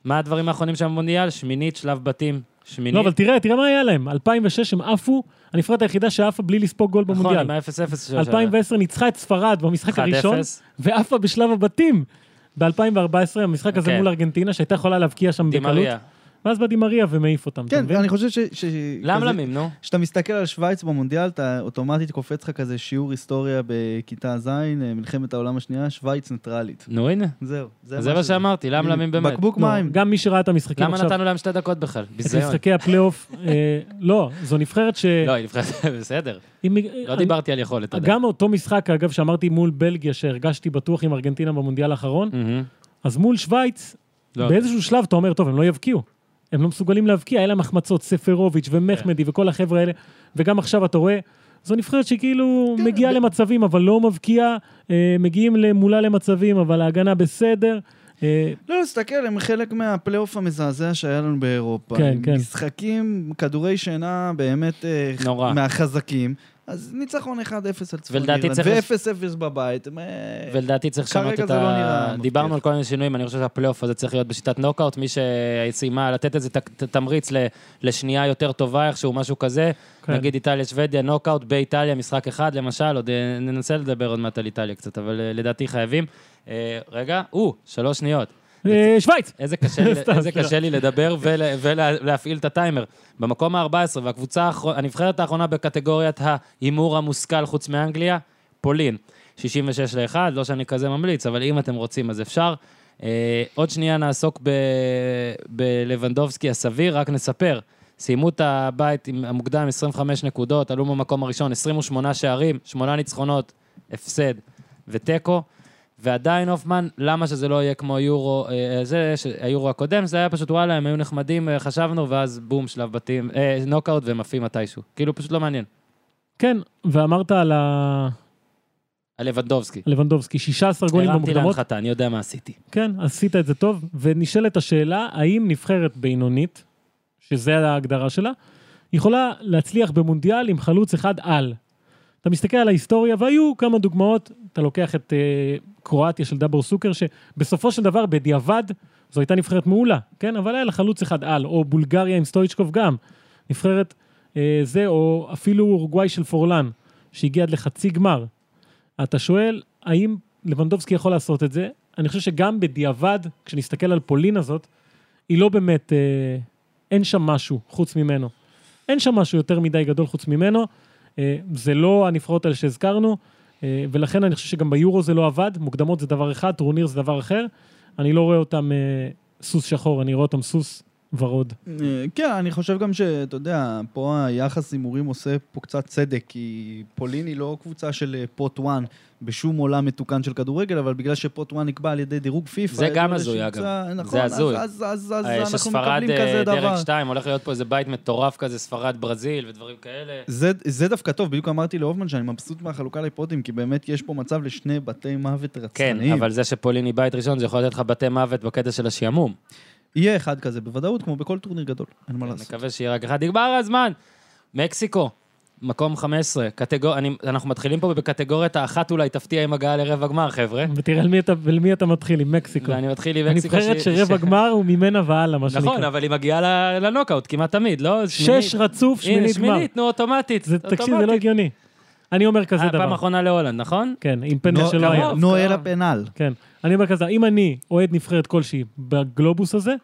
S1: מה הדברים האחרונים שם במונדיאל? שמינית, שלב בתים, שמינית.
S3: לא, אבל תראה, תראה מה היה להם. 2006 הם עפו, הנבחרת היחידה שעפה בלי לספוג גול
S1: נכון,
S3: במונדיאל.
S1: עם ה-0-0.
S3: 2010 ניצחה את ספרד במשחק הראשון, ועפה בשלב הבתים. ב-2014, המשחק הזה
S1: כן.
S3: מול ארגנטינה, שהייתה יכולה להבקיע שם בקלות,
S1: דימריה.
S3: ואז בא דימריה ומעיף אותם. אתה
S2: כן,
S3: מבין?
S2: ואני חושב ש... ש- כזה-
S1: למלמים, נו.
S2: כשאתה מסתכל על שווייץ במונדיאל, אתה אוטומטית קופץ לך כזה שיעור היסטוריה בכיתה ז', אה, מלחמת העולם השנייה, שווייץ ניטרלית.
S1: נו, הנה.
S2: זהו.
S1: זה
S2: מה
S1: מה
S2: שזה.
S1: שאמרתי, למלמים באמת.
S2: בקבוק
S3: לא,
S2: מים.
S3: גם מי שראה את המשחקים
S1: למה
S3: עכשיו,
S1: נתנו להם שתי דקות בכלל?
S3: את
S1: ביזיון.
S3: משחקי הפלייאוף, אה, לא, זו נבחרת ש...
S1: לא, היא נבחרת, [LAUGHS] בסדר.
S3: אם-
S1: לא
S3: אני-
S1: דיברתי על יכולת, אתה יודע.
S3: גם אותו משחק, אגב, שאמרתי מול בלגיה, שהרגשתי בטוח עם ארגנטינה במונדיאל האחרון,
S1: מהמם.
S3: אז מול שווייץ,
S1: לא.
S3: באיזשהו שלב אתה אומר, טוב, הם לא יבקיעו. הם לא מסוגלים להבקיע, היה להם החמצות, ספרוביץ' ומחמדי וכל החבר'ה האלה, וגם עכשיו אתה רואה, זו נבחרת שכאילו
S2: כן,
S3: מגיעה
S2: ב-
S3: למצבים, אבל לא מבקיעה, אה, מגיעים מולה למצבים, אבל ההגנה בסדר. אה,
S2: לא, תסתכל, הם חלק מהפלייאוף המזעזע שהיה לנו באירופה.
S3: כן, כן.
S2: משחקים, כדורי שינה באמת... אה,
S1: נורא.
S2: מהחזקים. אז ניצחון 1-0 על צפון
S1: ולדעתי
S2: אירלנד,
S1: צריך-
S2: ו-0-0 בבית. הם, אה,
S1: ולדעתי צריך
S2: כרגע
S1: לשנות את
S2: זה לא
S1: ה...
S2: נראה
S1: דיברנו
S2: מבטיח.
S1: על כל מיני שינויים, אני חושב שהפלייאוף הזה צריך להיות בשיטת נוקאוט, מי שסיימה לתת איזה ת- ת- תמריץ ל- לשנייה יותר טובה איכשהו, משהו כזה.
S3: כן.
S1: נגיד איטליה, שוודיה, נוקאוט, באיטליה, משחק אחד, למשל, עוד אה, ננסה לדבר עוד מעט על איטליה קצת, אבל אה, לדעתי חייבים. אה, רגע, או, שלוש שניות.
S3: אה, שווייץ!
S1: איזה קשה, לי-
S3: [LAUGHS] סתם,
S1: איזה
S3: סליחה.
S1: קשה לי לדבר ול, ולהפעיל את הטיימר. במקום ה-14 והקבוצה האחרונה, הנבחרת האחרונה בקטגוריית ההימור המושכל חוץ מאנגליה, פולין. 66 ל-1, לא שאני כזה ממליץ, אבל אם אתם רוצים אז אפשר. אה, עוד שנייה נעסוק ב- בלבנדובסקי הסביר, רק נספר. סיימו את הבית עם המוקדם 25 נקודות, עלו במקום הראשון 28 שערים, 8 ניצחונות, הפסד ותיקו. ועדיין הופמן, למה שזה לא יהיה כמו יורו, אה, זה, ש- היורו הקודם, זה היה פשוט וואלה, הם היו נחמדים, אה, חשבנו, ואז בום, שלב בתים, אה, נוקאוט והם עפים מתישהו. כאילו, פשוט לא מעניין.
S3: כן, ואמרת על ה-
S1: על לבנדובסקי.
S3: לבנדובסקי, 16 גולים
S1: הרמתי
S3: במוקדמות.
S1: להנחתה, אני יודע מה עשיתי.
S3: כן, עשית את זה טוב, ונשאלת השאלה, האם נבחרת בינונית, שזה ההגדרה שלה, יכולה להצליח במונדיאל עם חלוץ אחד על? אתה מסתכל על ההיסטוריה, והיו כמה דוגמאות, אתה לוקח את אה, קרואטיה של דאבור סוקר, שבסופו של דבר, בדיעבד, זו הייתה נבחרת מעולה, כן? אבל היה לה חלוץ אחד על, או בולגריה עם סטויצ'קוב גם, נבחרת אה, זה, או אפילו אורוגוואי של פורלן, שהגיע עד לחצי גמר. אתה שואל, האם לבנדובסקי יכול לעשות את זה? אני חושב שגם בדיעבד, כשנסתכל על פולין הזאת, היא לא באמת, אה, אין שם משהו חוץ ממנו. אין שם משהו יותר מדי גדול חוץ ממנו. אה, זה לא הנבחרות האלה שהזכרנו, אה, ולכן אני חושב שגם ביורו זה לא עבד. מוקדמות זה דבר אחד, טורניר זה דבר אחר. אני לא רואה אותם אה, סוס שחור, אני רואה אותם סוס ורוד.
S2: אה, כן, אני חושב גם שאתה יודע, פה היחס הימורים עושה פה קצת צדק, כי פולין היא לא קבוצה של אה, פוט 1 בשום עולם מתוקן של כדורגל, אבל בגלל שפוט 1 נקבע על ידי דירוג פיפ"א...
S1: זה גם
S2: איזושהי
S1: הזוי,
S2: קבוצה-
S1: אגב. זה
S2: נכון, אז-
S1: הזוי.
S2: אז אז- אז
S1: אה,
S2: אנחנו
S1: שספרד
S2: מקבלים
S1: אה,
S2: כזה דבר.
S1: דרג 2, הולך להיות פה איזה בית מטורף כזה, ספרד ברזיל ודברים כאלה.
S2: זה, זה דווקא טוב, בדיוק אמרתי להופמן שאני מבסוט מהחלוקה לפודים, כי באמת יש פה מצב לשני בתי מוות רצחניים.
S1: כן, אבל זה שפולין היא בית ראשון, זה יכול לתת לך בתי מוות בקטע של השעמום.
S2: יהיה אחד כזה בוודאות, כמו בכל טורניר גדול, אין מה לעשות.
S1: כן, נקווה שיהיה רק אחד. נגמר הזמן! מקסיקו, מקום 15. קטגור... אני... אנחנו מתחילים פה בקטגוריית האחת אולי תפתיע עם הגעה לרבע גמר, חבר'ה.
S3: ותראה על מי אתה- ולמי אתה מתחיל, עם מקסיקו.
S1: כן. ואני מתחיל עם מקסיקו
S3: הנבחרת
S1: שהיא-
S3: שרבע גמר הוא ממנה והלאה, מה שנקרא.
S1: נכון, אבל היא מגיעה ל- לנוקאוט כמעט תמיד, לא?
S3: שש רצוף,
S1: שמינית
S3: שמינית
S1: הנה,
S3: גמר.
S1: שמינית, נו, אוטומטית.
S3: זה- תקשיב, זה לא
S1: אוטומטית.
S3: הגיוני. אני אומר כזה
S1: אה, פעם
S3: דבר.
S1: אחרונה להולנד, נכון?
S3: כן, עם
S2: לא,
S3: פנדל שלא היה.
S1: קרוב,
S2: נועל
S1: קרוב.
S2: הפנל.
S3: כן. אני אומר כזה, אם אני אוהד נבחרת כלשהי בגלובוס הזה,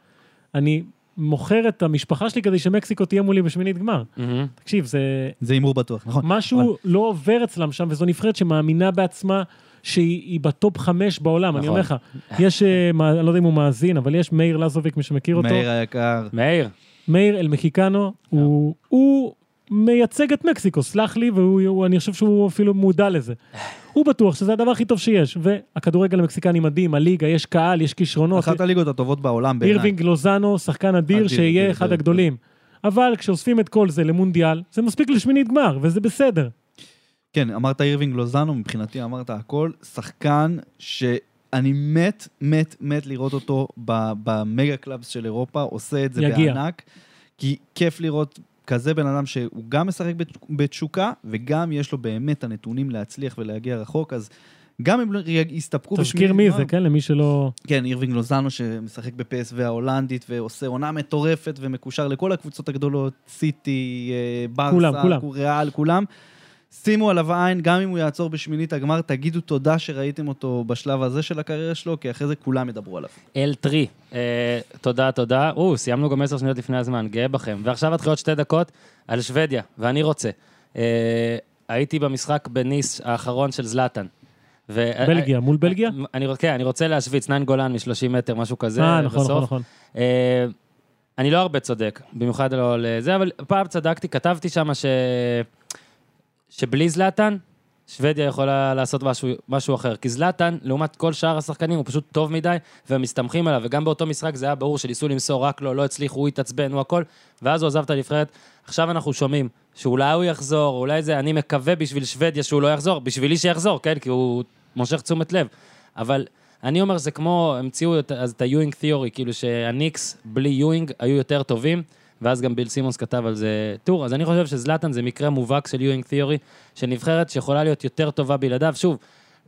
S3: אני מוכר את המשפחה שלי כדי שמקסיקו תהיה מולי בשמינית גמר.
S1: מהמם.
S3: תקשיב, זה
S2: זה הימור בטוח, נכון.
S3: משהו לא עובר אצלם שם, וזו נבחרת שמאמינה בעצמה שהיא היא בטופ חמש בעולם, אני
S1: נכון.
S3: אומר לך. יש, אה, מה- אני לא יודע אם הוא מאזין, אבל יש מאיר לזוביק, מי שמכיר אותו.
S2: מאיר היקר.
S1: מאיר,
S3: מאיר אל מחיקנו, הוא- הוא מייצג את מקסיקו, סלח לי, ואני חושב שהוא אפילו מודע לזה. הוא בטוח שזה הדבר הכי טוב שיש, והכדורגל המקסיקני מדהים, הליגה, יש קהל, יש כישרונות.
S2: אחת הליגות הטובות בעולם בעיניי.
S3: לא, אירווינג לוזאנו, שחקן אדיר,
S2: אדיר,
S3: שיהיה
S2: אדיר,
S3: אחד
S2: אדיר.
S3: הגדולים. אבל כשאוספים את כל זה למונדיאל, זה מספיק לשמינית גמר, וזה בסדר.
S2: כן, אמרת אירווינג לוזאנו, מבחינתי אמרת הכל. שחקן שאני מת, מת, מת לראות אותו ב- במגה קלאבס של אירופה, עושה את זה
S3: יגיע.
S2: בענק. כי כיף לראות כזה בן אדם שהוא גם משחק בת- בתשוקה, וגם יש לו באמת הנתונים להצליח ולהגיע רחוק, אז גם אם לא- יסתפקו
S3: תזכיר מי
S2: בשמינית
S3: זה,
S2: גמר-
S3: כן? למי שלא...
S2: כן, אירווינג לוזאנו שמשחק בפסו ההולנדית ועושה עונה מטורפת ומקושר לכל הקבוצות הגדולות, סיטי, אה, ברסה,
S3: כולם, כולם.
S2: ריאל, כולם. שימו עליו עין, גם אם הוא יעצור בשמינית הגמר, תגידו תודה שראיתם אותו בשלב הזה של הקריירה שלו, כי אחרי זה כולם ידברו עליו.
S1: אל טרי. אה, תודה, תודה. או, סיימנו גם עשר שניות לפני הזמן, גאה בכם. ועכשיו מתחילות שתי דקות על שוודיה, ואני רוצה. אה, הייתי במשחק בניס האחרון של זלאטן. ו- אה,
S3: בלגיה, מול בלגיה?
S1: אני, רוצ- כן, אני רוצה להשוויץ, נן גולן מ-30 מטר, משהו כזה,
S3: אה, נכון,
S1: בסוף.
S3: נכון, נכון.
S1: אה, אני לא הרבה צודק, במיוחד לא על אה, זה, אבל פעם צדקתי, כתבתי שמה ש... שבלי זלאטן, שוודיה יכולה לעשות משהו, משהו אחר. כי זלאטן, לעומת כל שאר השחקנים, הוא פשוט טוב מדי, והם מסתמכים עליו. וגם באותו משחק זה היה ברור שניסו למסור רק לו, לא הצליחו, הוא התעצבן, הוא הכל, ואז הוא עזב את הנבחרת. עכשיו אנחנו שומעים שאולי הוא יחזור, אולי זה, אני מקווה בשביל שוודיה שהוא לא יחזור, בשבילי שיחזור, כן? כי הוא מושך תשומת לב. אבל אני אומר, זה כמו, המציאו את, אז את היואינג תיאורי, כאילו שהניקס בלי יואינג היו יותר טובים, ואז גם ביל סימונס כתב על זה טור. אז אני חושב שזלאטן זה מקרה מובהק של יואינג תיאורי, של נבחרת שיכולה להיות יותר טובה בלעדיו. שוב,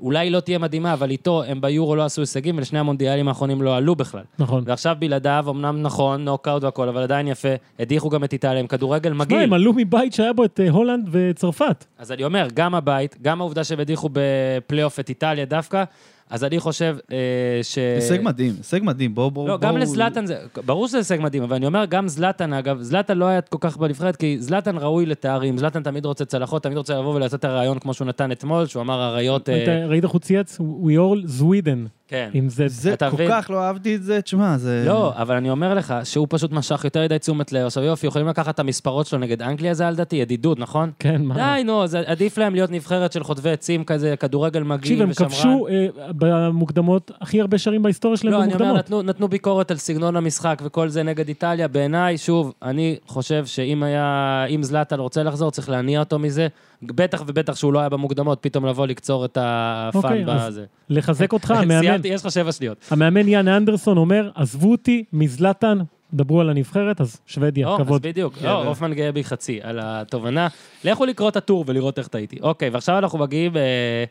S1: אולי היא לא תהיה מדהימה, אבל איתו הם ביורו לא עשו הישגים, ולשני המונדיאלים האחרונים לא עלו בכלל.
S3: נכון.
S1: ועכשיו בלעדיו, אמנם נכון, נוקאוט והכל, אבל עדיין יפה, הדיחו גם את איטליה עם כדורגל מגעיל.
S3: מה, הם עלו מבית שהיה בו את אה, הולנד וצרפת.
S1: אז אני אומר, גם הבית, גם העובדה שהם הדיחו בפלייאוף את איטליה דווקא, אז אני חושב אה, ש...
S2: הישג מדהים, הישג מדהים, בואו, בואו.
S1: לא, גם לזלאטן זה, ברור שזה הישג מדהים, אבל אני אומר, גם זלאטן, אגב, זלאטן לא היה כל כך בנבחרת, כי זלאטן ראוי לתארים, זלאטן תמיד רוצה צלחות, תמיד רוצה לבוא ולעשות את הרעיון כמו שהוא נתן אתמול, שהוא אמר אריות... אה,
S3: אתה ראית איך הוא צייץ? We all Sweden.
S1: כן.
S3: אוקיי. עם זה.
S2: זה
S1: אתה
S2: כל
S1: מבין?
S2: כך לא אהבתי את זה, תשמע, זה...
S1: לא, אבל אני אומר לך שהוא פשוט משך יותר ידי תשומת לב. עכשיו יופי, יכולים לקחת את המספרות שלו נגד אנגליה, זה היה לדעתי ידידות, נכון?
S3: כן, מה?
S1: די, נו, זה עדיף להם להיות נבחרת של חוטבי עצים כזה, כדורגל
S3: תקשיב,
S1: מגעיל
S3: הם
S1: ושמרן.
S3: כבשו אה, במוקדמות הכי הרבה שערים בהיסטוריה שלהם
S1: לא, אני אומר,
S3: במוקדמות.
S1: נתנו, נתנו ביקורת על סגנון המשחק וכל זה נגד איטליה. בעיניי, שוב, אני חושב שאם היה, אם זלאטן רוצה לחזור, צריך להניע אותו מזה. בטח ובטח שהוא לא היה במוקדמות, פתאום לבוא לקצור את הפאן
S3: אוקיי, אז
S1: בזה.
S3: לחזק אותך, המאמן.
S1: [LAUGHS] סיימתי, יש לך שבע שניות.
S3: המאמן יאנה אנדרסון אומר, עזבו אותי מזלטן, דברו על הנבחרת, אז שוודיה,
S1: או, אז
S3: כבוד.
S1: בדיוק.
S2: כן,
S1: לא,
S2: כן.
S1: הופמן גאה בי חצי על התובנה. לכו לקרוא את הטור ולראות איך טעיתי. אוקיי, ועכשיו אנחנו מגיעים, אה,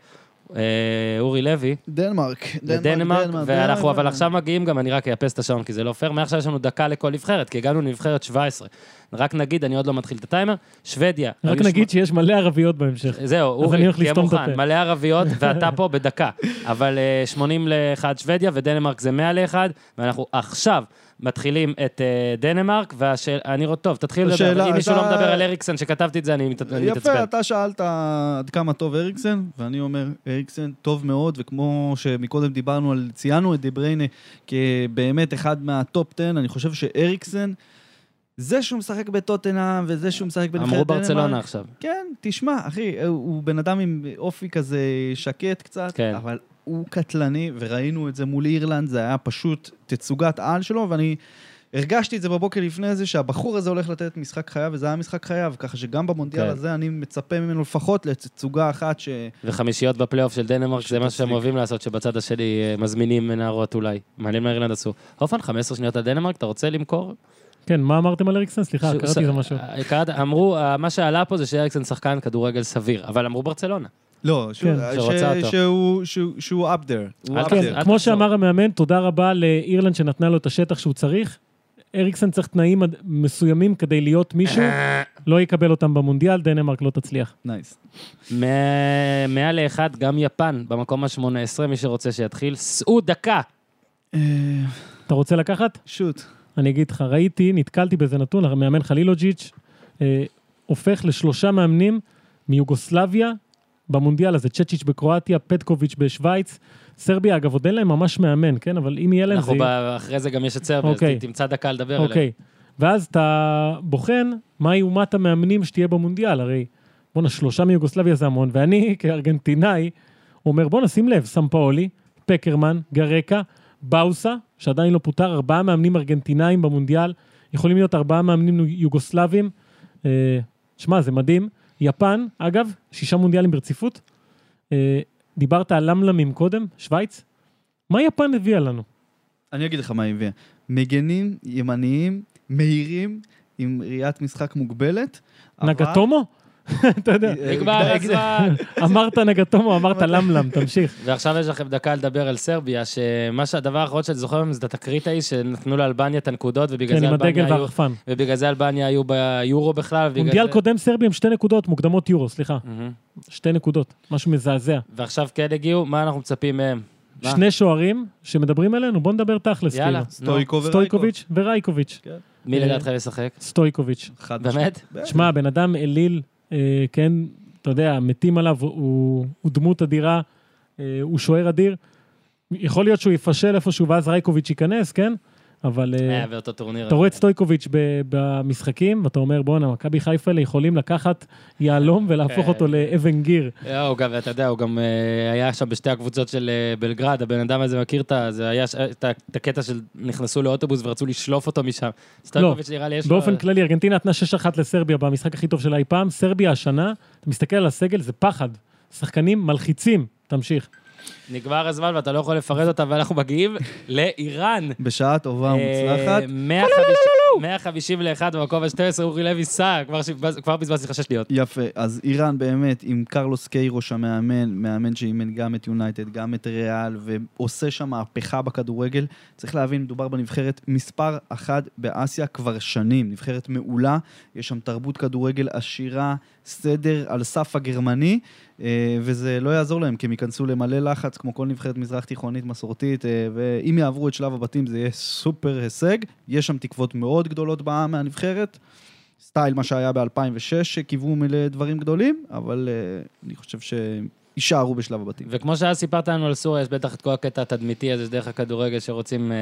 S1: אה, אורי לוי,
S2: דנמרק,
S1: לדנמרק, ואנחנו, אבל
S2: דנמרק.
S1: עכשיו מגיעים גם, אני רק אאפס את השעון כי זה לא פייר, מעכשיו יש לנו דקה לכל נבחרת, כי הגענו לנבחרת 17. רק נגיד, אני עוד לא מתחיל את הטיימר, שוודיה.
S3: רק
S1: היו
S3: נגיד שיש מלא ערביות בהמשך.
S1: שמ- זהו,
S3: אני
S1: אורי,
S3: הולך
S1: תהיה
S3: לסתום את
S1: מוכן,
S3: הפה.
S1: מלא ערביות, ואתה פה בדקה. אבל אה, 80 ל-1 שוודיה, ודנמרק זה 100 ל-1, ואנחנו עכשיו מתחילים את אה, דנמרק, ואני רואה, טוב, תתחיל
S2: השאלה,
S1: לדבר. אם מישהו לא
S2: אתה-
S1: מדבר על אריקסן, שכתבתי את זה, אני מת- אני
S2: יפה,
S1: מתעצבן.
S2: אתה שאלת עד כמה טוב אריקסן, ואני אומר, אריקסן טוב מאוד, וכמו שמקודם דיברנו על, ציינו את דה בריינה כבאמת אחד מהטופ 10, אני חושב שאריקסן, זה שהוא משחק בטוטנאם, וזה שהוא משחק בנבחרת
S1: אמרו
S2: דנמרק,
S1: ברצלונה עכשיו.
S2: כן, תשמע, אחי, הוא בן אדם עם אופי כזה שקט קצת,
S1: כן.
S2: כן. אבל הוא קטלני, וראינו את זה מול אירלנד, זה היה פשוט תצוגת על שלו, ואני הרגשתי את זה בבוקר לפני זה, שהבחור הזה הולך לתת משחק חייו, וזה היה משחק חייו, ככה שגם במונדיאל
S1: כן.
S2: כן. הזה אני מצפה ממנו לפחות לתצוגה אחת ש...
S1: וחמישיות בפלייאוף של דנמרק, זה מה
S2: שתצליק.
S1: שהם אוהבים לעשות, שבצד השני אה, מזמינים נערות אולי. מעניין מה אירלנד עשו. הופמן, 15 שניות על דנמרק, אתה רוצה למכור?
S3: כן, מה אמרתם על אריקסן? סליחה,
S1: שהוא-
S3: קראתי איזה משהו.
S1: אה, קראת, אמרו, אה, מה שעלה פה זה שאריקסן שחקן כדורגל סביר, אבל אמרו ברצלונה.
S2: לא, שהוא,
S3: כן.
S2: ש...
S1: שרוצה אותו.
S2: שהוא, שהוא, שהוא up there. הוא
S1: אל
S2: up
S1: תעשה,
S2: there.
S1: אל
S3: כן, כמו
S1: תחזור.
S3: שאמר המאמן, תודה רבה לאירלנד שנתנה לו את השטח שהוא צריך. אריקסן צריך תנאים עד- מסוימים כדי
S1: [LAUGHS]
S3: להיות מישהו, לא יקבל אותם במונדיאל, דנמרק לא תצליח.
S2: נייס.
S1: מ- 100 ל-1, גם יפן, במקום ה-18, מי שרוצה שיתחיל, סעו דקה.
S2: אה,
S3: אתה רוצה לקחת?
S2: שוט.
S3: אני אגיד לך, ראיתי, נתקלתי באיזה נתון, המאמן חלילוג'יץ' אה, הופך לשלושה מאמנים מיוגוסלביה במונדיאל הזה, צ'צ'יץ' בקרואטיה, פטקוביץ' בשוויץ. סרביה, אגב, עוד אין להם ממש מאמן, כן? אבל אם יהיה להם זה...
S1: אנחנו
S3: יהיה-
S1: ב- אחרי זה גם יש את סרבי, אז
S3: אוקיי.
S1: ת- תמצא דקה לדבר עליה.
S3: אוקיי. ואז אתה בוחן מה היא אומת המאמנים שתהיה במונדיאל, הרי בואנה, שלושה מיוגוסלביה זה המון, ואני [LAUGHS] כארגנטינאי אומר, בואנה, שים לב, סמפאולי, פקרמן, גרקה, באוסה, שעדיין לא פוטר, ארבעה מאמנים ארגנטינאים במונדיאל, יכולים להיות ארבעה מאמנים יוגוסלבים. אה, שמע, זה מדהים. יפן, אגב, שישה מונדיאלים ברציפות. אה, דיברת על למלמים קודם, שווייץ. מה יפן הביאה לנו?
S2: אני אגיד לך מה היא הביאה. מגנים ימניים, מהירים, עם ראיית משחק מוגבלת. אבל- אה,
S3: נגטומו? אתה יודע.
S1: נגמר הזמן.
S3: [LAUGHS] אמרת נגטומו, אמרת למלם, תמשיך.
S1: ועכשיו יש לכם דקה לדבר על סרביה, שמה שהדבר האחרון שאני זוכר ממנו זה את התקרית ההיא, שנתנו לאלבניה את הנקודות, ובגלל
S3: כן,
S1: זה
S3: עם הדגל
S1: אלבניה היו...
S3: והרחפן.
S1: ובגלל זה אלבניה היו ביורו בכלל, ובגלל
S3: מונדיאל
S1: זה...
S3: קודם סרבי עם שתי נקודות, מוקדמות יורו, סליחה.
S1: מהמם.
S3: שתי נקודות, משהו מזעזע.
S1: ועכשיו כן הגיעו, מה אנחנו מצפים מהם? מה?
S3: שני שוערים שמדברים אלינו, בוא נדבר תכלס.
S1: יאללה,
S3: כאילו.
S2: סטויקו ורייקו.
S3: סטויקוביץ' ורייקוביץ'.
S1: מי
S3: אה,
S1: לדעתכם ישחק?
S3: סטויקוביץ'.
S2: חד
S1: באמת?
S2: משמעית.
S3: שמע, הבן אדם אליל, אה, כן, אתה יודע, מתים עליו, הוא הוא דמות אדירה, אה, הוא שוער אדיר. יכול להיות שהוא יפשל איפשהו ואז רייקוביץ' ייכנס, כן? אבל... אה,
S1: היה באותו טורניר.
S3: אתה רואה את סטויקוביץ' ב- במשחקים, ואתה אומר, בואנה, מכבי חיפה האלה יכולים לקחת יהלום ולהפוך
S1: כן.
S3: אותו לאבן גיר.
S1: אה, הוא גם, אתה יודע, הוא גם אה, היה שם בשתי הקבוצות של אה, בלגרד, הבן אדם הזה מכיר את ה... זה היה ש- את ה- את הקטע של נכנסו לאוטובוס ורצו לשלוף אותו משם. סטרקוביץ' נראה לי יש לו...
S3: לא, באופן כללי, ארגנטינה נתנה 6-1 לסרביה במשחק הכי טוב שלה אי פעם. סרביה השנה, אתה מסתכל על הסגל, זה פחד. שחקנים מלחיצים. תמשיך.
S1: נגמר הזמן ואתה לא יכול לפרט אותה, ואנחנו מגיעים לאיראן.
S2: בשעה טובה ומוצלחת.
S1: אה,
S2: לא,
S1: 151 במקום ה-12, אורי לוי סע, כבר שבז- כבר בזבזתי לך שש שניות.
S2: יפה, אז איראן באמת, עם קרלוס קיירוש המאמן, מאמן שאימן גם את יונייטד, גם את ריאל, ועושה שם מהפכה בכדורגל. צריך להבין, מדובר בנבחרת מספר אחת באסיה כבר שנים, נבחרת מעולה, יש שם תרבות כדורגל עשירה, סדר על סף הגרמני, אה, וזה לא יעזור להם, כי הם ייכנסו למלא לחץ, כמו כל נבחרת מזרח תיכונית מסורתית, אה, ואם יעברו את שלב הבתים זה יהיה סופר הישג. יש שם תקוות מאוד גדולות בעם מהנבחרת. סטייל מה שהיה ב-2006, שקיוו לדברים גדולים, אבל אה, אני חושב שיישארו בשלב הבתים.
S1: וכמו שאז סיפרת לנו על סוריה, יש בטח את כל הקטע התדמיתי הזה דרך הכדורגל שרוצים אה,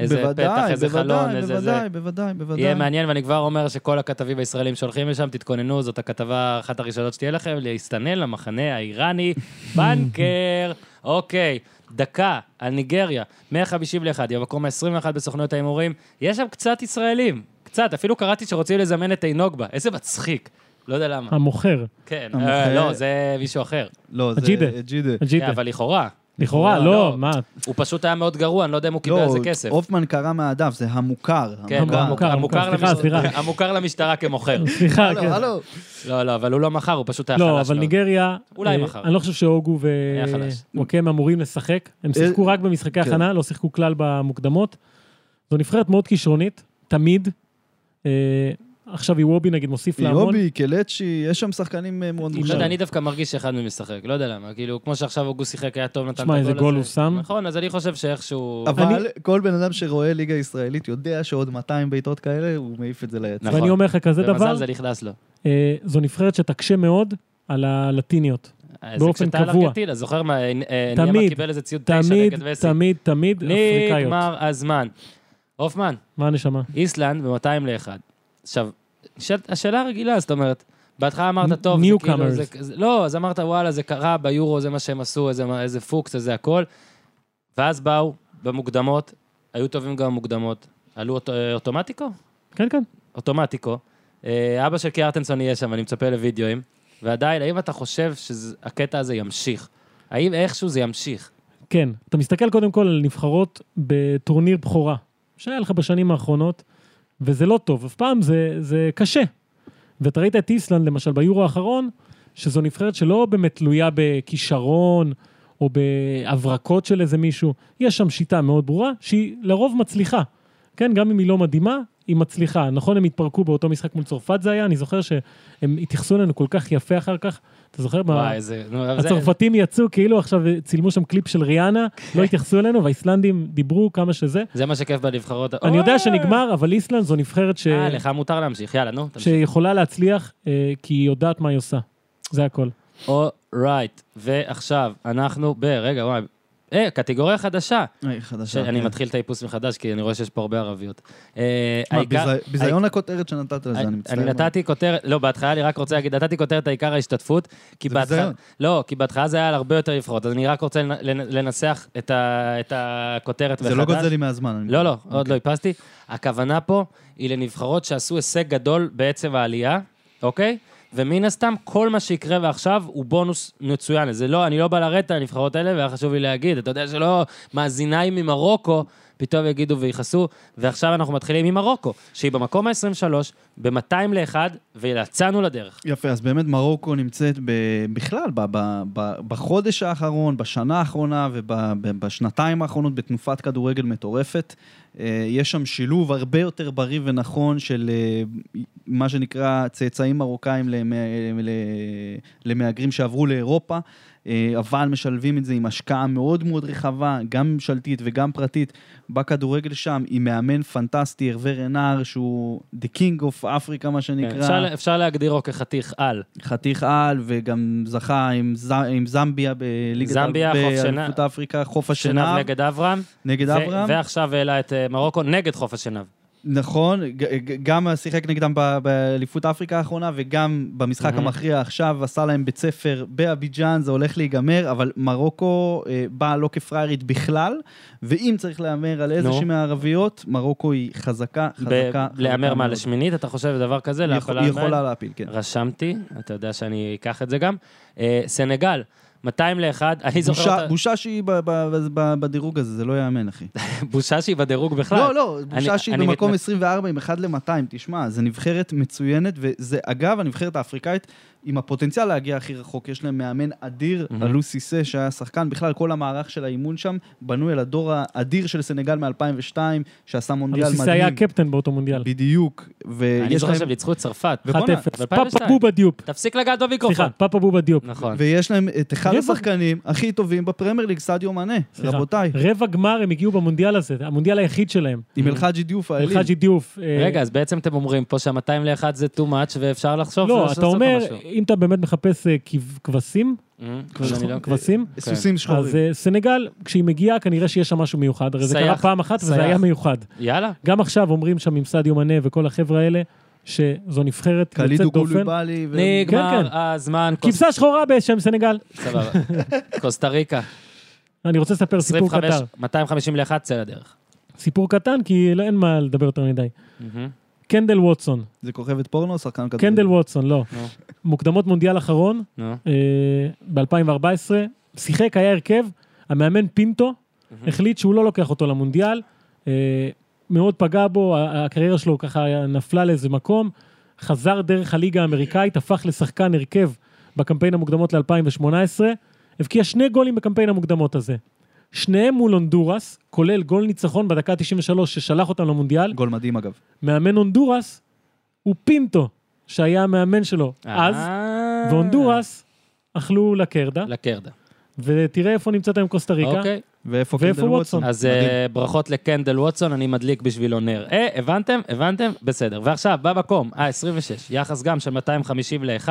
S1: איזה פתח, איזה חלון, איזה זה.
S2: בוודאי, בוודאי, בוודאי.
S1: יהיה מעניין, ואני כבר אומר שכל הכתבים הישראלים שהולכים לשם, תתכוננו, זאת הכתבה אחת הראשונות שתהיה לכם, להסתנן למחנה
S3: [LAUGHS]
S1: האיראני, בנקר. אוקיי, דקה על ניגריה, 151, היא המקום ה-21 בסוכנות ההימורים. יש שם קצת ישראלים, קצת, אפילו קראתי שרוצים לזמן את אינוגבה, איזה מצחיק. לא יודע למה.
S3: המוכר,
S1: כן,
S2: המוכר-
S1: אה, לא, זה מישהו אחר.
S2: לא, זה
S3: אג'ידה.
S2: אג'ידה.
S1: כן,
S3: אג'יטה.
S1: אבל לכאורה.
S3: לכאורה, לא, מה?
S1: הוא פשוט היה מאוד גרוע, אני לא יודע אם הוא קיבל
S2: לא,
S1: על זה כסף.
S2: הופמן קרא מהדף, זה המוכר.
S1: כן, הוא
S3: אוקיי, המוכר,
S1: המוכר-
S3: המוכר,
S1: המוכר
S3: סליחה,
S1: למשטרה-
S3: סליחה.
S1: המוכר למשטרה כמוכר.
S3: סליחה,
S2: הלו,
S3: כן.
S2: הלו.
S1: לא, לא, אבל הוא לא מכר, הוא פשוט היה חלש מאוד.
S3: לא, אבל ניגריה,
S1: אולי
S3: אה,
S1: מחר.
S3: אני לא חושב שהוגו
S1: היה חלש.
S3: ווואקם אמורים לשחק. הם שיחקו רק במשחקי
S2: כן.
S3: הכנה, לא שיחקו כלל במוקדמות. זו נבחרת מאוד כישרונית, תמיד. אה, עכשיו איוובי נגיד מוסיף לה המון.
S2: יובי, קלצ'י, יש שם שחקנים אה, מאוד
S3: לא
S1: לא יודע,
S2: מוכשרים.
S1: אני דווקא מרגיש שאחד מהם משחק, לא יודע למה. כאילו, כמו שעכשיו הוגו שיחק, היה טוב, נתן את הגול
S3: תשמע, איזה גול הוא שם.
S1: נכון, אז אני חושב שאיכשהו...
S2: אבל כל בן אדם שרואה ליגה ישראלית יודע שעוד 200 בעיטות כאלה, הוא מעיף את זה ליצא.
S1: נכון.
S3: ואני אומר לך כזה דבר,
S1: במזל זה נכנס לו.
S3: אה, זו נבחרת שתקשה מאוד על הלטיניות. באופן
S1: זה כשטל
S3: קבוע.
S1: ארגנטינה, זוכר מה, אה,
S3: תמיד,
S1: ניאמה קיבל איזה ציוד תשע
S3: תמיד,
S1: נגד וסי.
S3: תמיד, תמיד אפריקאיות.
S1: נגמר הזמן. הופמן,
S3: מה הנשמה?
S1: איסלנד ב-200 ל-1. עכשיו, שאל- השאלה הרגילה, זאת אומרת, בהתחלה אמרת,
S3: New-
S1: טוב, זה כאילו...
S3: newcomers.
S1: זה, זה, לא, אז אמרת, וואלה, זה קרה ביורו, זה מה שהם עשו, איזה, איזה פוקס, איזה הכל. ואז באו במוקדמות, היו טובים גם במוקדמות. עלו אוט, אה, אוטומטיקו?
S3: כן, כן.
S1: אוטומטיקו. אה, אבא של קיארטנסון יהיה שם, אני מצפה לוידאוים. ועדיין, האם אתה חושב שהקטע הזה ימשיך? האם איכשהו זה ימשיך?
S3: כן, אתה מסתכל קודם כל על נבחרות בטורניר בכורה, שהיה לך בשנים האחרונות, וזה לא טוב, אף פעם זה, זה קשה. ואתה ראית את איסלנד, למשל, ביורו האחרון, שזו נבחרת שלא באמת תלויה בכישרון או בהברקות של איזה מישהו, יש שם שיטה מאוד ברורה, שהיא לרוב מצליחה. כן, גם אם היא לא מדהימה, היא מצליחה. נכון, הם התפרקו באותו משחק מול צרפת זה היה, אני זוכר שהם התייחסו אלינו כל כך יפה אחר כך, אתה זוכר? ב-
S1: וואי, זה... נו, אבל זה-
S3: הצרפתים יצאו כאילו עכשיו צילמו שם קליפ של ריאנה,
S1: כן.
S3: לא התייחסו אלינו, והאיסלנדים דיברו כמה שזה.
S1: זה מה שכיף בנבחרות.
S3: אני יודע
S1: אוי!
S3: שנגמר, אבל איסלנד זו נבחרת ש-
S1: אה, לך מותר להמשיך, יאללה, נו, תמשיך.
S3: שיכולה להצליח, אה, כי היא יודעת מה היא עושה. זה הכל.
S1: אורייט, ועכשיו אנחנו ב... רגע, וואי. אה, קטגוריה חדשה.
S2: היי, חדשה.
S1: שאני
S2: כן.
S1: מתחיל את האיפוס מחדש, כי אני רואה שיש פה הרבה ערביות. אה,
S2: מה,
S1: העיקר- אה,
S2: ביזי- ביזיון הכותרת שנתת לזה, אני מצטער.
S1: אני נתתי כותרת, לא, בהתחלה אני רק רוצה להגיד, נתתי כותרת העיקר ההשתתפות, כי
S2: זה
S1: בהתחלה,
S2: ביזיון.
S1: לא, כי בהתחלה זה היה על הרבה יותר נבחרות, אז אני רק רוצה לנ- לנ- לנסח את ה- את הכותרת
S2: זה לא
S1: מחדש.
S2: גוזל לי מהזמן. אני-
S1: לא, לא, עוד לא איפסתי. הכוונה פה היא לנבחרות שעשו הישג גדול בעצם העלייה, אוקיי? ומן הסתם, כל מה שיקרה ועכשיו הוא בונוס מצוין. זה לא, אני לא בא לרדת על הנבחרות האלה, והיה חשוב לי להגיד, אתה יודע שלא מאזיניי ממרוקו, פתאום יגידו ויכעסו, ועכשיו אנחנו מתחילים עם מרוקו, שהיא במקום ה-23, ב-200 ל-1, ויצאנו לדרך.
S2: יפה, אז באמת מרוקו נמצאת ב- בכלל ב- ב- ב- בחודש האחרון, בשנה האחרונה ובשנתיים האחרונות בתנופת כדורגל מטורפת. אה, יש שם שילוב הרבה יותר בריא ונכון של אה, מה שנקרא צאצאים מרוקאים למ- אה, ל- למהגרים שעברו לאירופה, אה, אבל משלבים את זה עם השקעה מאוד מאוד רחבה, גם ממשלתית וגם פרטית, בכדורגל שם, עם מאמן פנטסטי, ערווה רנאר, שהוא the king of Africa, מה שנקרא.
S1: כן, אפשר, אפשר להגדירו כחתיך על.
S2: חתיך על, וגם זכה עם, ז... עם זמביה בליגת...
S1: זמביה,
S2: ב-
S1: חוף שנהב.
S2: באליפות אפריקה, חוף
S1: שנב
S2: השנהב,
S1: נגד אברהם,
S2: נגד
S1: ו-
S2: אברהם.
S1: ועכשיו העלה את אה, מרוקו נגד חוף השנב.
S2: נכון, ג- ג- גם שיחק נגדם ב- באליפות אפריקה האחרונה, וגם במשחק
S1: Mhm.
S2: המכריע עכשיו, עשה להם בית ספר באביג'אן, זה הולך להיגמר, אבל מרוקו אה, באה לא כפריירית בכלל, ואם צריך להמר על איזושהי מהערביות, מרוקו היא חזקה,
S1: ב-
S2: חזקה.
S1: להמר מה,
S2: חזקה מאוד.
S1: לשמינית, אתה חושב דבר כזה?
S2: היא
S1: להפעלה
S2: יכול- היא
S1: עדיין?
S2: יכולה להפיל, כן.
S1: רשמתי, אתה יודע שאני אקח את זה גם. אה, סנגל, 200 ל-1, אני זוכר
S2: בושה-
S1: אותה...
S2: בושה שהיא ב- ב- ב- בדירוג הזה, זה לא ייאמן, אחי.
S1: בושה שהיא בדירוג בכלל.
S2: לא, לא, בושה
S1: אני-
S2: שהיא
S1: אני
S2: במקום
S1: מתנ-
S2: 24 עם 1 ל-200, תשמע, זו נבחרת מצוינת, וזה אגב הנבחרת האפריקאית עם הפוטנציאל להגיע הכי רחוק, יש להם מאמן אדיר,
S1: מהמם.
S2: אלו סיסה שהיה שחקן, בכלל כל המערך של האימון שם בנוי על הדור האדיר של סנגל מ-2002, שעשה מונדיאל
S3: אבסיסי היה
S2: מדהים,
S3: הקפטן באותו מונדיאל.
S2: בדיוק,
S1: אני
S2: ויש
S1: זוכר
S2: להם,
S1: שהם ניצחו את צרפת.
S3: 1-0.
S2: ובואנה,
S3: פאפה
S1: 2002.
S3: בובה דיופ.
S1: תפסיק לגעת במיקרופון.
S3: סליחה, פאפה בובה דיופ.
S1: נכון.
S2: ויש להם את אחד
S3: רבע-
S2: השחקנים הכי טובים בפרמייר ליג, סעדיו מאנה,
S3: סליחה.
S2: רבותיי,
S3: רבע גמר הם הגיעו במונדיאל הזה, המונדיאל היחיד שלהם.
S2: עם אלחאג'י דיוף האליל.
S3: אלחאג'י דיוף. אה,
S1: רגע, אז בעצם אתם אומרים פה שה-200 ל-1 זה too much, ואפשר לחשוב...
S3: לא,
S1: לעשות
S3: אתה אומר,
S1: משהו.
S3: אם אתה באמת מחפש אה, כב- כבשים,
S1: אמ, אז אני לא-
S3: כבשים,
S2: סוסים
S3: אז
S2: שחורים.
S3: אה, סנגל, כשהיא מגיעה, כנראה שיש שם משהו מיוחד. הרי זה
S1: סייח.
S3: קרה פעם אחת
S1: סייח.
S3: וזה היה מיוחד.
S1: יאללה.
S3: גם עכשיו אומרים שם עם סעדיו מנה וכל החבר'ה האלה, שזו נבחרת
S2: קלידו
S3: יוצאת דופן.
S2: גולובלי. ו-
S1: נגמר
S3: כן.
S1: הזמן. קוס-
S3: כבשה שחורה בשם סנגל.
S1: סבבה. קוסטה ריקה.
S3: אני רוצה לספר סיפור
S1: 25,
S3: קטן.
S1: 250 ל-1, צא לדרך.
S3: סיפור קטן, כי לא- אין מה לדבר יותר מדי. קנדל ווטסון.
S2: זה כוכבת פורנו, שחקן כדורגל.
S3: קנדל ווטסון, לא.
S1: נו.
S3: מוקדמות מונדיאל אחרון,
S1: נו.
S3: אה, ב-2014, שיחק, היה הרכב, המאמן פינטו החליט שהוא לא לוקח אותו למונדיאל, אה, מאוד פגע בו, ה- הקריירה שלו ככה נפלה לאיזה מקום, חזר דרך הליגה האמריקאית, הפך לשחקן הרכב בקמפיין המוקדמות ל-2018, הבקיע שני גולים בקמפיין המוקדמות הזה. שניהם מול הונדורס, כולל גול ניצחון בדקה 93 ששלח אותם למונדיאל,
S2: גול מדהים אגב.
S3: מאמן הונדורס הוא פינטו, שהיה המאמן שלו אז,
S1: אה.
S3: והונדורס אכלו לקרדה,
S1: לקרדה.
S3: ותראה איפה נמצאת היום קוסטה אה? ריקה.
S1: אוקיי.
S2: ואיפה
S3: ואיפה
S2: קנדל ווטסון?
S3: ווטסון?
S1: אז אה, ברכות לקנדל ווטסון, אני מדליק בשבילו נר. אה, הבנתם? הבנתם? בסדר. ועכשיו, במקום, אה, 26, יחס גם של 250 ל-1.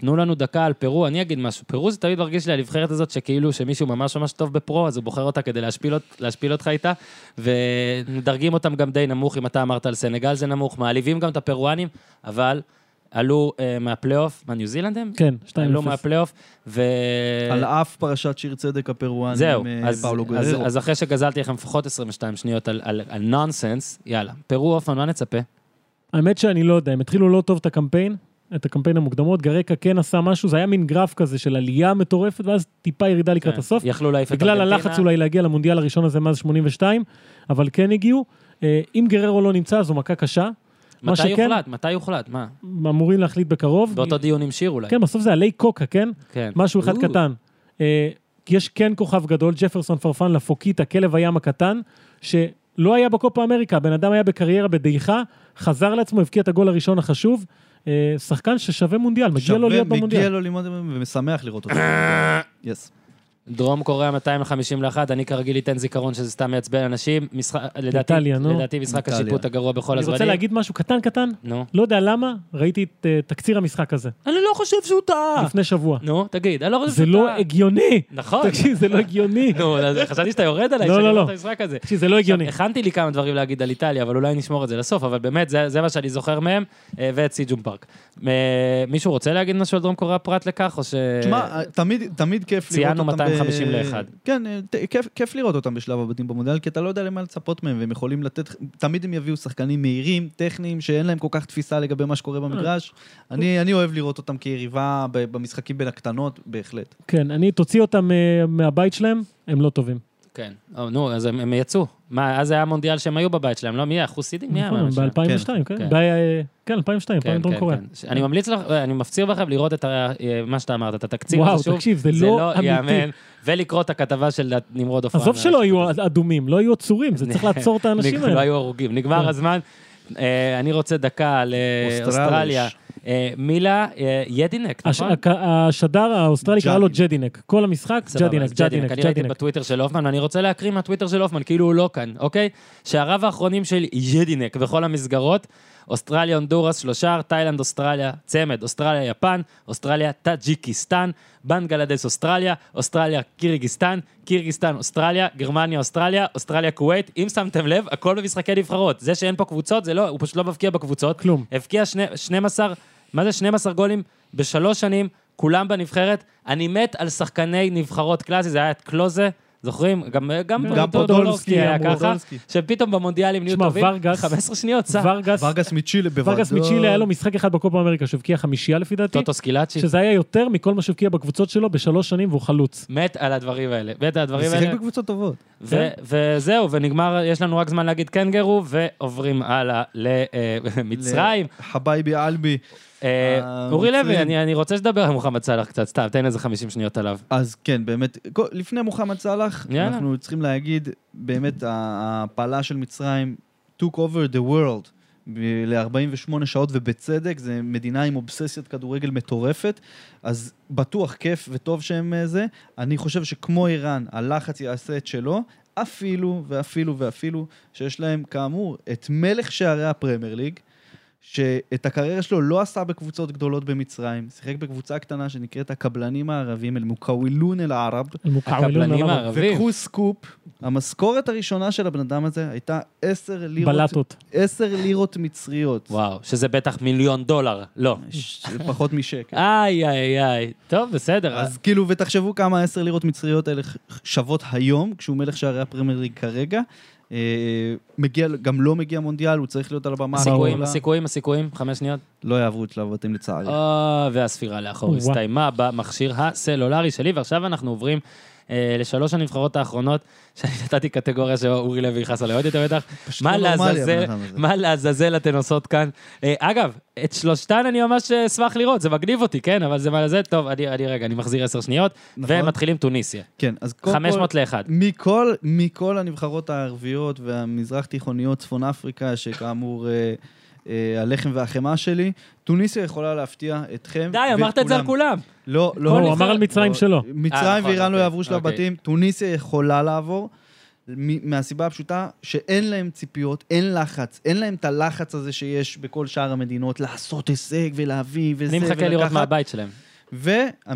S1: תנו לנו דקה על פרו, אני אגיד משהו. פרו זה תמיד מרגיש לי, הנבחרת הזאת, שכאילו שמישהו ממש ממש טוב בפרו, אז הוא בוחר אותה כדי להשפיל, אות- להשפיל אותך איתה, ומדרגים אותם גם די נמוך, אם אתה אמרת על סנגל זה נמוך, מעליבים גם את הפרואנים, אבל עלו אה, מהפלייאוף, מה, ניו זילנד הם? לא
S3: כן, 2-0.
S1: עלו מהפלייאוף, ו...
S2: על אף פרשת שיר צדק הפרואני,
S1: אה, זהו,
S2: עם, אה,
S1: אז,
S2: פאולו
S1: אז,
S2: גררו.
S1: אז אחרי שגזלתי לכם לפחות 22 שניות על, על, על נונסנס, יאללה. פרו אופן, מה נצפה?
S3: האמת שאני לא יודע, הם התחילו לא טוב את הקמפיין, את הקמפיין המוקדמות, גרקה כן עשה משהו, זה היה מין גרף כזה של עלייה מטורפת, ואז טיפה ירידה לקראת
S1: כן.
S3: הסוף.
S1: יכלו להעיף את
S3: בגלל
S1: ארגנטינה.
S3: הלחץ אולי להגיע למונדיאל הראשון הזה מאז 82, אבל כן הגיעו. אה, אם גררו לא נמצא, זו מכה קשה. מה
S1: מתי
S3: שכן-
S1: יוחלט? מתי יוחלט? מה?
S3: אמורים להחליט בקרוב.
S1: באותו דיון עם שיר אולי.
S3: כן, בסוף זה עלי קוקה, כן?
S1: כן.
S3: משהו אחד
S1: או,
S3: קטן. אה, יש כן כוכב גדול, ג'פרסון פרפן לפוקית, הכלב הים הקטן, שלא היה בקופה אמריקה, הבן אדם היה בקריירה בדעיכה, חזר לעצמו, הבקיע את הגול הראשון החשוב. אה, שחקן ששווה מונדיאל, מגיע לו
S2: שווה,
S3: להיות
S2: מגיע
S3: במונדיאל.
S2: לו ללמוד ומשמח לראות אותו. יס.
S1: דרום קוריאה 251, אני כרגיל אתן זיכרון שזה סתם מעצבן אנשים. משחק, לדעתי,
S3: איטליה, נו.
S1: לדעתי משחק
S2: איטליה.
S1: השיפוט הגרוע בכל
S3: אני
S1: הזמנים.
S3: רוצה להגיד משהו קטן קטן,
S1: נו.
S3: לא יודע למה, ראיתי את אה, תקציר המשחק הזה,
S1: אני לא חושב שהוא טעה.
S3: לפני שבוע.
S1: נו, תגיד, אני לא חושב
S3: זה
S1: שהוא
S3: לא
S1: טעה.
S3: הגיוני! [LAUGHS]
S1: נכון.
S3: תקשיב, זה לא הגיוני.
S1: נו, אז חשבתי שאתה יורד עליי,
S3: לא,
S1: שאני
S3: לא,
S1: רואה
S3: לא.
S1: את המשחק הזה.
S3: תקשיב, זה לא הגיוני.
S1: הכנתי לי כמה דברים להגיד על איטליה, אבל אולי נשמור את זה לסוף, אבל באמת, זה, זה מה שאני זוכר מהם, אה, ואת סיג'ום פארק. אה, מישהו רוצה להגיד משהו על דרום קוריאה פרט לכך, או ש...
S2: תשמע, תמיד, תמיד כיף לראות
S1: אה, ציינו
S2: אותם...
S1: 250
S2: ב-
S1: לאחד.
S2: כן, אה, ת- כיף, כיף לראות אותם בשלב הבתים במונדיאל, כי אתה לא יודע למה לצפות מהם, והם יכולים לתת... תמיד הם יביאו שחקנים מהירים, טכניים, שאין להם כל כך תפיסה לגבי מה שקורה במגרש. אני, אני אוהב לראות אותם כיריבה ב- במשחקים בין הקטנות, בהחלט.
S3: כן, אני, תוציא אותם אה, מהבית שלהם, הם לא טובים.
S1: כן. או, נו, אז הם, הם יצאו. מה, אז היה המונדיאל שהם היו בבית שלהם, לא? מי היה? אחוז סידינג? מי היה?
S3: נכון,
S1: המאמן שלהם?
S3: ב-2002, כן.
S1: כן.
S3: ב- אה, כן, 2002, פעם דרום קוריאה.
S1: ש- כן. אני ממליץ לך, אה, אני מפציר בכם לראות את ה- אה, מה שאתה אמרת, את התקציר
S3: וואו,
S1: הזה שוב.
S3: תקשיב, זה לא אמיתי.
S1: ייאמן. ולקרוא את הכתבה של נמרוד אופן.
S3: עזוב שלא יהיו אדומים, לא יהיו
S1: [LAUGHS]
S3: עצורים, זה צריך לעצור את האנשים
S1: לא
S3: האלה.
S1: היו הרוגים, נגמר
S3: כן.
S1: הזמן. אה, אני רוצה דקה על אה,
S2: אוסטרליה.
S1: אוסטרליה. אה, מילה אה, ידינק,
S3: הש-
S1: נכון?
S3: הק- השדר האוסטרלי קרא לו ג'דינק. כל המשחק,
S1: סבבה,
S3: ג'דינק,
S1: אז
S3: ג'דינק,
S1: אני ראיתי
S3: ג'דינק.
S1: בטוויטר של הופמן, ואני רוצה להקריא מהטוויטר של הופמן, כאילו הוא לא כאן, אוקיי? שהרב האחרונים של ידינק בכל המסגרות, אוסטרליה, הונדורס, שלושה, תאילנד, אוסטרליה, צמד, אוסטרליה, יפן, אוסטרליה, טאג'יקיסטן, בנגלדס, אוסטרליה, אוסטרליה, קירגיסטן, קירגיסטן, אוסטרליה, גרמניה, אוסטרליה, אוסטרליה, כווית. אם שמתם לב, הכל במשחקי נבחרות. זה שאין פה קבוצות, זה לא, הוא פשוט לא מבקיע בקבוצות.
S3: כלום.
S1: הבקיע שני, 12, מה זה 12 גולים בשלוש שנים, כולם בנבחרת. אני מת על שחקני נבחרות קלאסי, זה היה את קלוזה, זוכרים? גם, גם,
S2: גם פודולסקי
S1: היה
S2: אמרו,
S1: ככה,
S2: פודולסקי.
S1: שפתאום במונדיאלים נהיו
S3: שמע,
S1: טובים.
S3: ורגס-
S1: 15 שניות, סע.
S3: ורגס,
S2: ורגס מצ'ילה בוודאות.
S3: ורגס מצ'ילה היה לו משחק אחד בקופה אמריקה שהבקיע חמישייה לפי דעתי,
S1: טוטו סקילאצ'י.
S3: שזה היה יותר מכל מה שהבקיע בקבוצות שלו בשלוש שנים והוא חלוץ.
S1: מת על הדברים האלה, מת על
S2: הוא
S1: הדברים
S2: שיחק
S1: האלה,
S2: בקבוצות טובות.
S1: ו- וזהו, ונגמר, יש לנו רק זמן להגיד קנגרו, ועוברים הלאה [LAUGHS] למצרים.
S2: חבייבי עלבי.
S1: אה, אורי לוי,
S2: המצרים.
S1: אני אני רוצה שתדבר על מוחמד סאלח קצת, סתם, תן איזה 50 שניות עליו.
S2: אז כן, באמת, כל- לפני מוחמד סאלח,
S1: יאללה.
S2: אנחנו צריכים להגיד, באמת, ה- ההעפלה של מצרים took over the world ל-48 שעות, ובצדק, זו מדינה עם אובססיית כדורגל מטורפת, אז בטוח כיף וטוב שהם אה, זה. אני חושב שכמו איראן, הלחץ יעשה את שלו. אפילו ואפילו ואפילו שיש להם, כאמור, את מלך שערי הפרמייר ליג, שאת הקריירה שלו לא עשה בקבוצות גדולות במצרים, שיחק בקבוצה קטנה שנקראת הקבלנים הערבים, אל-מוקאווילון אל-ערב. לא
S1: הקבלנים הערבים.
S2: וקחו סקופ, המשכורת הראשונה של הבן אדם הזה הייתה 10 לירות,
S3: בלטות.
S2: 10 לירות מצריות.
S1: וואו, שזה בטח מיליון דולר, לא.
S2: ש- פחות משקל.
S1: איי, איי, איי. טוב, בסדר.
S2: אז כאילו, ותחשבו כמה 10 לירות מצריות האלה שוות היום, כשהוא מלך שערי הפרמייר ליג כרגע. אה, מגיע, גם לא מגיע מונדיאל, הוא צריך להיות על הבמה.
S1: הסיכויים,
S2: אבל
S1: הסיכויים, הסיכויים, חמש שניות.
S2: לא יעברו את שלב הבתים לצערי.
S1: אה, והספירה לאחור
S3: וואו.
S1: הסתיימה במכשיר הסלולרי שלי, ועכשיו אנחנו עוברים אה, לשלוש הנבחרות האחרונות, [LAUGHS] שאני נתתי קטגוריה שאורי לוי יכעס עליה עוד יותר בטח.
S2: פשוט
S1: מה
S2: לא נורמלי, הבן
S1: לעזאזל,
S2: אדם הזה.
S1: מה לעזאזל אתן עושות כאן? אה, אגב, את שלושתן אני ממש אה, אשמח לראות, זה מגניב אותי, כן? אבל זה מה זה, טוב, אני אני- רגע, אני מחזיר עשר שניות,
S2: נכון.
S1: ומתחילים טוניסיה.
S2: כן, אז קודם כל...
S1: 500 לאחד.
S2: מכל, מכל הנבחרות הערביות והמזרח תיכוניות, צפון אפריקה, שכאמור אה, אה, הלחם והחמאה שלי. טוניסיה יכולה להפתיע אתכם.
S1: די,
S2: ואת
S1: אמרת את זה על כולם.
S2: לא, לא.
S3: לא,
S1: כל
S3: הוא אמר על מצרים
S2: לא,
S3: שלו.
S1: אה,
S2: מצרים
S1: נכון,
S2: ואיראן לא
S1: אוקיי,
S2: יעברו שלב
S1: אוקיי.
S2: בתים, טוניסיה יכולה לעבור. מ- מהסיבה הפשוטה שאין להם ציפיות, אין לחץ, אין להם את הלחץ הזה שיש בכל שאר המדינות לעשות הישג ולהביא וזה
S1: אני מחכה לראות מה הבית שלהם.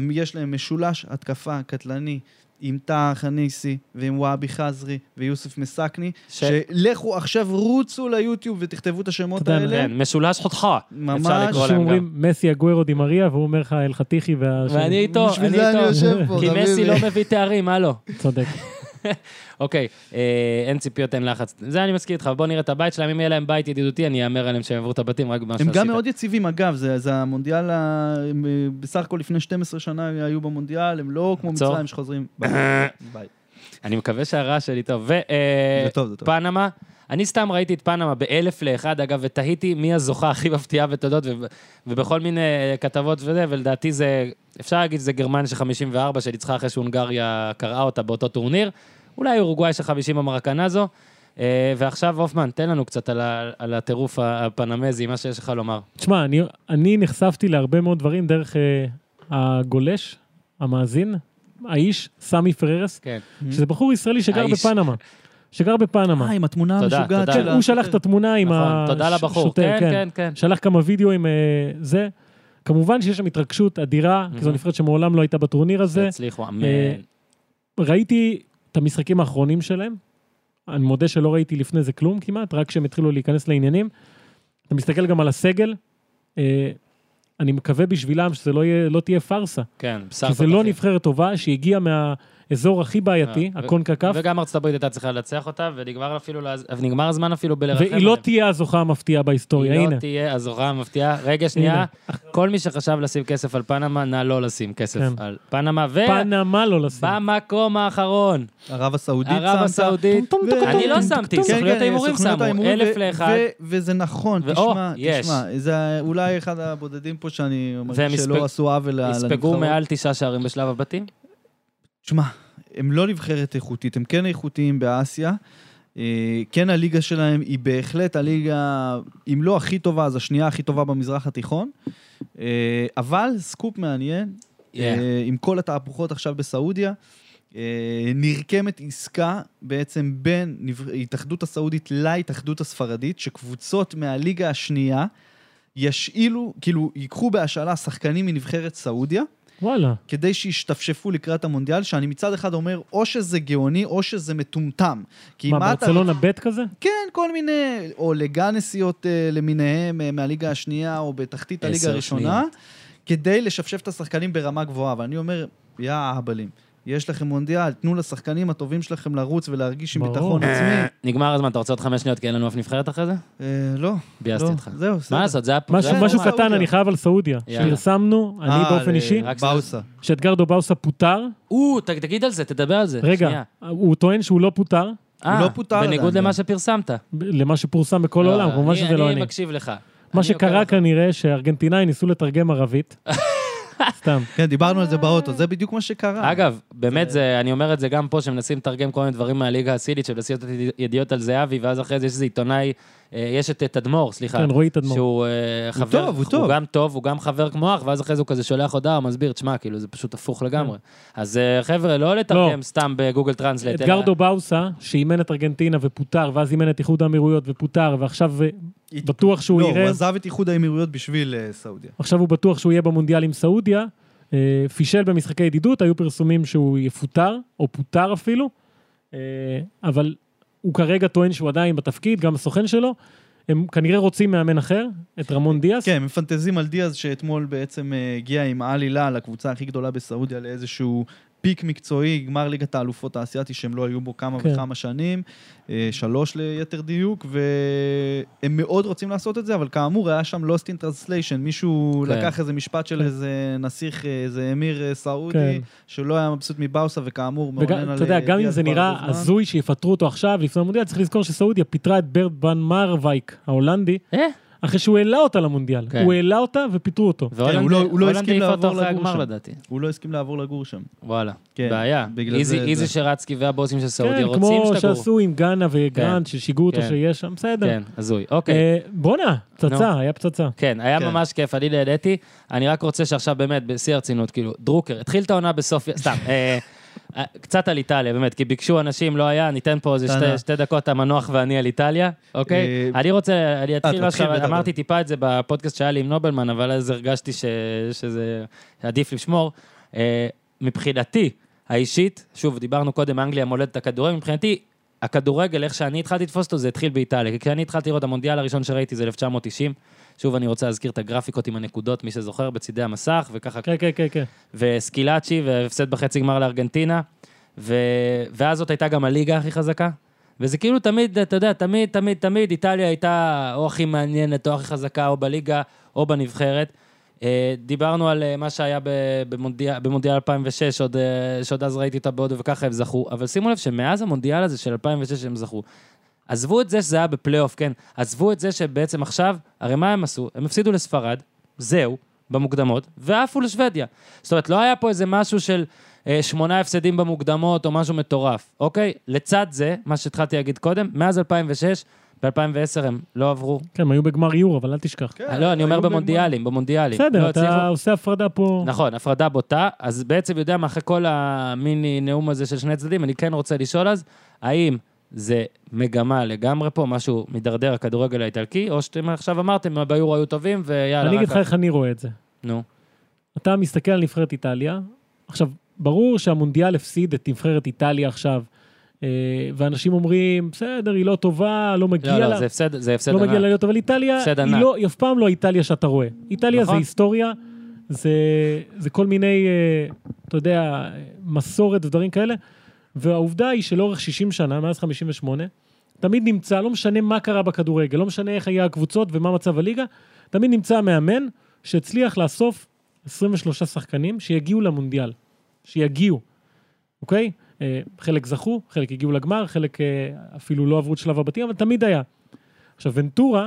S2: ויש להם משולש התקפה קטלני עם טאה חניסי ועם וואבי חזרי ויוסף מסקני,
S1: ש-
S2: ש... שלכו עכשיו רוצו ליוטיוב ותכתבו את השמות
S3: אתה יודע,
S2: האלה.
S1: כן, משולש חותך.
S2: ממש.
S1: אפשר לקרוא
S3: אנשים
S1: להם גם.
S3: אומרים, מסי אגוורו די מריה, והוא אומר לך אל חתיכי, והשני-
S1: לא, ואני איתו,
S2: בשביל
S1: אני
S2: זה אני
S1: איתו.
S2: יושב פה,
S1: כי מסי
S2: חביבי.
S1: לא מביא תארים, מה לא?
S3: צודק.
S1: אוקיי, אה, אין ציפיות, אין לחץ. זה אני מסכים איתך, בוא נראה את הבית שלהם. אם יהיה להם בית ידידותי, אני אהמר עליהם שהם יעברו את הבתים רק במה
S2: הם
S1: שעשית.
S2: גם מאוד יציבים, אגב, זה, זה המונדיאל, ה... הם, אה, בסך הכל לפני 12 שנה היו במונדיאל, הם לא כמו
S1: עצור. [COUGHS]
S2: מצרים שחוזרים. ביי. ביי.
S1: אני מקווה שהרעש שלי טוב. ו... אה,
S2: זה טוב, זה טוב.
S1: פנמה. אני סתם ראיתי את פנמה באלף לאחד, אגב, ותהיתי מי הזוכה הכי מפתיעה בתולדות, וב- ובכל מיני אה, כתבות וזה, ולדעתי זה, אפשר להגיד שזה גרמניה של 54, שניצחה אחרי שהונגריה קראה אותה באותו טורניר, אולי אורוגוואי של 50 במרקנזו, אה, ועכשיו, הופמן, תן לנו קצת על, ה- על הטירוף הפנמזי, מה שיש לך לומר.
S3: תשמע, אני- אני נחשפתי להרבה מאוד דברים דרך אה, הגולש, המאזין, האיש, סמי פררס,
S1: כן.
S3: שזה בחור ישראלי שגר
S1: האיש.
S3: בפנמה. שגר בפנמה.
S2: אה, עם התמונה
S1: תודה,
S2: המשוגעת
S1: תודה.
S2: שלה.
S3: הוא שלח את התמונה עם
S1: נכון, תודה
S3: הש-
S1: לבחור.
S3: שוטר,
S1: כן, כן, כן.
S3: שלח כמה וידאו עם אה, זה. כמובן שיש שם התרגשות אדירה, כי זו
S1: Mhm.
S3: נבחרת שמעולם לא הייתה בטורניר הזה.
S1: הצליחו, אמן.
S3: אה, ראיתי את המשחקים האחרונים שלהם. אני מודה שלא ראיתי לפני זה כלום כמעט, רק כשהם התחילו להיכנס לעניינים. אתה מסתכל גם על הסגל. אה, אני מקווה בשבילם שזה לא, יהיה, לא תהיה פארסה.
S1: כן, בשר
S3: שזה לא
S1: תותחים.
S3: נבחרת טובה, שהגיעה מהאזור הכי בעייתי,
S1: אה, ו-
S3: הקונקה כף,
S1: וגם ארצות הברית הייתה צריכה לנצח אותה, ונגמר אפילו, לה- ונגמר הזמן אפילו בלרחם
S3: והיא לא
S1: עליהם.
S3: תהיה הזוכה המפתיעה בהיסטוריה,
S1: היא
S3: הנה.
S1: לא תהיה הזוכה המפתיעה. רגע, שנייה. כל מי שחשב לשים כסף על פנמה, נא לא לשים כסף
S3: כן.
S1: על פנמה.
S3: פנמה לא לשים.
S1: ובמקום האחרון,
S2: ערב הסעודית
S1: ערב
S2: שמת.
S1: הסעודית.
S3: טום, טום, טום,
S1: אני לא
S3: טום,
S1: שמתי,
S3: טום.
S2: כן,
S1: סוכנויות ההימורים
S2: סוכנויות
S1: שמו,
S2: ההימורים,
S1: אלף
S2: ו-
S1: לאחד.
S2: ו- וזה נכון,
S1: ו-
S2: תשמע,
S1: או, יש.
S2: תשמע, זה אולי אחד הבודדים פה שאני
S1: והם
S2: מרגיש
S1: יספג-
S2: שלא עשו עוול אה, לנבחרות.
S1: יספגו מעל תשעה שערים בשלב הבתים.
S2: תשמע, הם לא נבחרת איכותית, הם כן איכותיים באסיה. אה, כן, הליגה שלהם היא בהחלט הליגה, אם לא הכי טובה, אז השנייה הכי טובה במזרח התיכון. אה, אבל סקופ מעניין, אה, עם כל התהפוכות עכשיו בסעודיה. אה, נרקמת עסקה בעצם בין נב- התאחדות הסעודית להתאחדות הספרדית, שקבוצות מהליגה השנייה ישאילו, כאילו, ייקחו בהשאלה שחקנים מנבחרת סעודיה,
S3: וואלה.
S2: כדי שישתפשפו לקראת המונדיאל, שאני מצד אחד אומר, או שזה גאוני, או שזה מטומטם. כי
S3: מה,
S2: אתה-
S3: ברצלונה ב' כזה?
S2: כן, כל מיני, או לגנסיות אה, למיניהם אה, מהליגה השנייה, או בתחתית הליגה
S1: עשר
S2: הראשונה, כדי לשפשף את השחקנים ברמה גבוהה. ואני אומר, יא אהבלים, יש לכם מונדיאל, תנו לשחקנים הטובים שלכם לרוץ ולהרגיש עם
S3: ברור. אה,
S2: ביטחון עצמי.
S1: נגמר הזמן, אתה רוצה עוד חמש שניות כי אין לנו אף נבחרת אחרי זה?
S2: אה, לא,
S1: ביאסתי
S2: לא,
S1: אותך.
S2: זהו, בסדר.
S1: מה לעשות, זה הפ-
S3: משהו,
S1: זה
S2: זה
S3: משהו
S1: הפורמט.
S2: סעודיה.
S3: קטן, אני חייב על סעודיה.
S1: יאללה.
S3: פרסמנו, אני
S2: אה,
S3: באופן
S2: ל-
S3: אישי,
S1: רק-
S2: באוסה.
S3: שאדגרדו באוסה פוטר.
S1: או, ת- תגיד על זה, תדבר על זה.
S3: רגע,
S1: שנייה.
S3: הוא טוען שהוא לא פוטר,
S1: אה,
S2: לא פוטר
S1: בניגוד
S2: עדיין גם.
S1: למה שפרסמת.
S3: ב- למה שפורסם בכל העולם, כמובן שזה לא
S1: אני
S3: אני.
S1: מקשיב לך.
S3: מה
S1: אני עוקב
S3: שקרה
S1: אחרי-
S3: כנראה שארגנטינאים ניסו לתרגם ערבית. [LAUGHS] סתם.
S2: כן, דיברנו על זה באוטו, זה בדיוק מה שקרה.
S1: אגב, באמת, זה, אני אומר את זה גם פה, שמנסים לתרגם כל מיני דברים מהליגה הסינית, שמנסים לתת ידיעות על זהבי, ואז אחרי זה יש איזה עיתונאי, אה, יש את אה, תדמור, סליחה.
S3: כן, רועי תדמור.
S1: שהוא אה, חבר,
S2: טוב, הוא טוב.
S1: גם טוב, הוא גם חבר כמו אח, ואז אחרי זה הוא כזה שולח הודעה, הוא מסביר, תשמע, כאילו, זה פשוט הפוך לגמרי.
S2: כן.
S1: אז אה, חבר'ה, לא לתרגם
S3: לא.
S1: סתם בגוגל טרנסלייט, אלא...
S3: אדגרדו באוסה, שאימן את ארגנטינה ופוטר, ואז אימן את איחוד האמירויות ופוטר, ועכשיו אה, בטוח שהוא
S2: לא, הוא
S3: יראה,
S2: עזב את איחוד האמירויות בשביל אה, סעודיה.
S3: עכשיו הוא בטוח שהוא יהיה במונדיאל עם סעודיה, אה, פישל במשחקי ידידות, היו פרסומים שהוא יפוטר, או פוטר אפילו, אה, אבל הוא כרגע טוען שהוא עדיין בתפקיד, גם הסוכן שלו. הם כנראה רוצים מאמן אחר, את רמון דיאס.
S2: כן, הם מפנטזים על דיאז שאתמול בעצם אה, הגיע עם על הילה, לקבוצה הכי גדולה בסעודיה, לאיזשהו פיק מקצועי, גמר ליגת האלופות האסייתי, שהם לא היו בו כמה
S3: כן.
S2: וכמה שנים, אה, שלוש ליתר דיוק, והם מאוד רוצים לעשות את זה, אבל כאמור, היה שם Lost in Translation, מישהו
S1: כן.
S2: לקח איזה משפט של איזה נסיך, אה, איזה אמיר אה,
S3: כן.
S2: סעודי, שלא היה מבסוט מבאוסה, וכאמור,
S3: וגם-
S2: מעונן על
S3: אתה יודע,
S2: אה,
S3: גם אם
S2: דיאז
S3: זה
S2: כבר
S3: נראה
S2: הרבה זמן.
S3: הזוי שיפטרו אותו עכשיו, לפני המונדיאל, צריך לזכור שסעודיה פיטרה את ברד בן מרווייק, ההולנדי,
S1: אה,
S3: אחרי שהוא העלה אותה למונדיאל.
S1: כן.
S3: הוא העלה אותה ופיטרו אותו.
S1: והולנד
S2: הוא לא- הוא לא
S1: הולנד
S2: הסכים
S1: העיפה
S2: לעבור
S1: אותו אחרי
S2: לגור
S1: הגמר
S2: שם.
S1: לדעתי.
S2: הוא לא הסכים לעבור לגור שם.
S1: וואלה.
S2: כן,
S1: בעיה.
S2: בגלל
S1: איזי-
S2: זה-
S1: איזי
S2: זה-
S1: שרצקי והבוסים של סעודיה
S3: כן,
S1: רוצים
S3: כמו
S1: שתגור.
S3: שעשו עם גאנה וגרנד, ששיגעו אותו
S1: כן.
S3: שיש שם, בסדר.
S1: כן, הזוי. אוקיי.
S3: אה, בואנה, פצצה, היה פצצה.
S1: כן, היה
S2: כן.
S1: ממש כיף, אני נהניתי. אני רק רוצה שעכשיו באמת, בשיא הרצינות, כאילו, דרוקר, התחיל את העונה בסוף, סתם, אה, אה, קצת על איטליה, באמת, כי ביקשו אנשים, לא היה, ניתן פה איזה
S2: טענה.
S1: שתי, שתי דקות המנוח ואני על איטליה, אוקיי?
S2: אה,
S1: אני רוצה, אני אתחיל
S2: תתחיל
S1: מה
S2: בטענה.
S1: שאמרתי טיפה את זה בפודקאסט שהיה לי עם נובלמן, אבל אז הרגשתי ש, שזה עדיף לשמור. אה, מבחינתי, האישית, שוב, דיברנו קודם, אנגליה מולדת הכדורגל, מבחינתי, הכדורגל, איך שאני התחלתי לתפוס אותו, זה התחיל באיטליה. כי כשאני התחלתי לראות, המונדיאל הראשון שראיתי זה 1990. שוב, אני רוצה להזכיר את הגרפיקות עם הנקודות, מי שזוכר, בצידי המסך, וככה,
S3: כן, כן, כן, כן.
S1: וסקילאצ'י, והפסד בחצי גמר לארגנטינה. ו... ואז זאת הייתה גם הליגה הכי חזקה. וזה כאילו תמיד, אתה יודע, תמיד, תמיד, תמיד איטליה הייתה או הכי מעניינת, או הכי חזקה, או בליגה, או בנבחרת. אה, דיברנו על אה, מה שהיה ב- במונדיאל, במונדיאל 2006, עוד, אה, שעוד אז ראיתי אותה בהודו, וככה הם זכו. אבל שימו לב שמאז המונדיאל הזה של 2006 הם זכו. עזבו את זה שזה היה בפלייאוף, כן? עזבו את זה שבעצם עכשיו, הרי מה הם עשו? הם הפסידו לספרד, זהו, במוקדמות, ועפו לשוודיה. זאת אומרת, לא היה פה איזה משהו של אה, שמונה הפסדים במוקדמות או משהו מטורף, אוקיי? לצד זה, מה שהתחלתי להגיד קודם, מאז 2006, ב-2010 הם לא עברו.
S3: כן, הם היו בגמר יורו, אבל אל תשכח.
S1: אה, לא, אני אומר במונדיאלים, במונדיאלים. לא
S3: בסדר,
S1: הצליחו.
S3: אתה עושה הפרדה פה.
S1: נכון, הפרדה בוטה. אז בעצם יודע מה, אחרי כל המיני נאום הזה של שני צדדים, אני כן רוצה לשאול אז, האם זה מגמה לגמרי פה, משהו מידרדר הכדורגל האיטלקי, או שאתם עכשיו אמרתם, ביורו היו טובים, ויאללה,
S3: אני
S1: רק
S3: אגיד לך
S1: ה-
S3: איך אני רואה את זה.
S1: נו,
S3: אתה מסתכל על נבחרת איטליה, עכשיו, ברור שהמונדיאל הפסיד את נבחרת איטליה עכשיו, אה, ואנשים אומרים, בסדר, היא לא טובה, לא מגיע
S1: לא,
S3: לה.
S1: לא, זה הפסד, זה הפסד
S3: לא מגיע לה
S1: ענק.
S3: להיות, אבל איטליה,
S1: הפסד
S3: היא,
S1: ענק.
S3: לא, היא אף פעם לא איטליה שאתה רואה. איטליה
S1: נכון.
S3: זה היסטוריה, זה, זה כל מיני, אה, אתה יודע, אה, מסורת ודברים כאלה, והעובדה היא שלאורך 60 שנה, מאז 58, תמיד נמצא, לא משנה מה קרה בכדורגל, לא משנה איך היה הקבוצות ומה מצב הליגה, תמיד נמצא מאמן שהצליח לאסוף 23 שחקנים שיגיעו למונדיאל. שיגיעו, אוקיי? אה, חלק זכו, חלק הגיעו לגמר, חלק אה, אפילו לא עברו את שלב הבתים, אבל תמיד היה. עכשיו, ונטורה,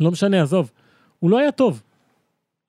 S3: לא משנה, עזוב, הוא לא היה טוב.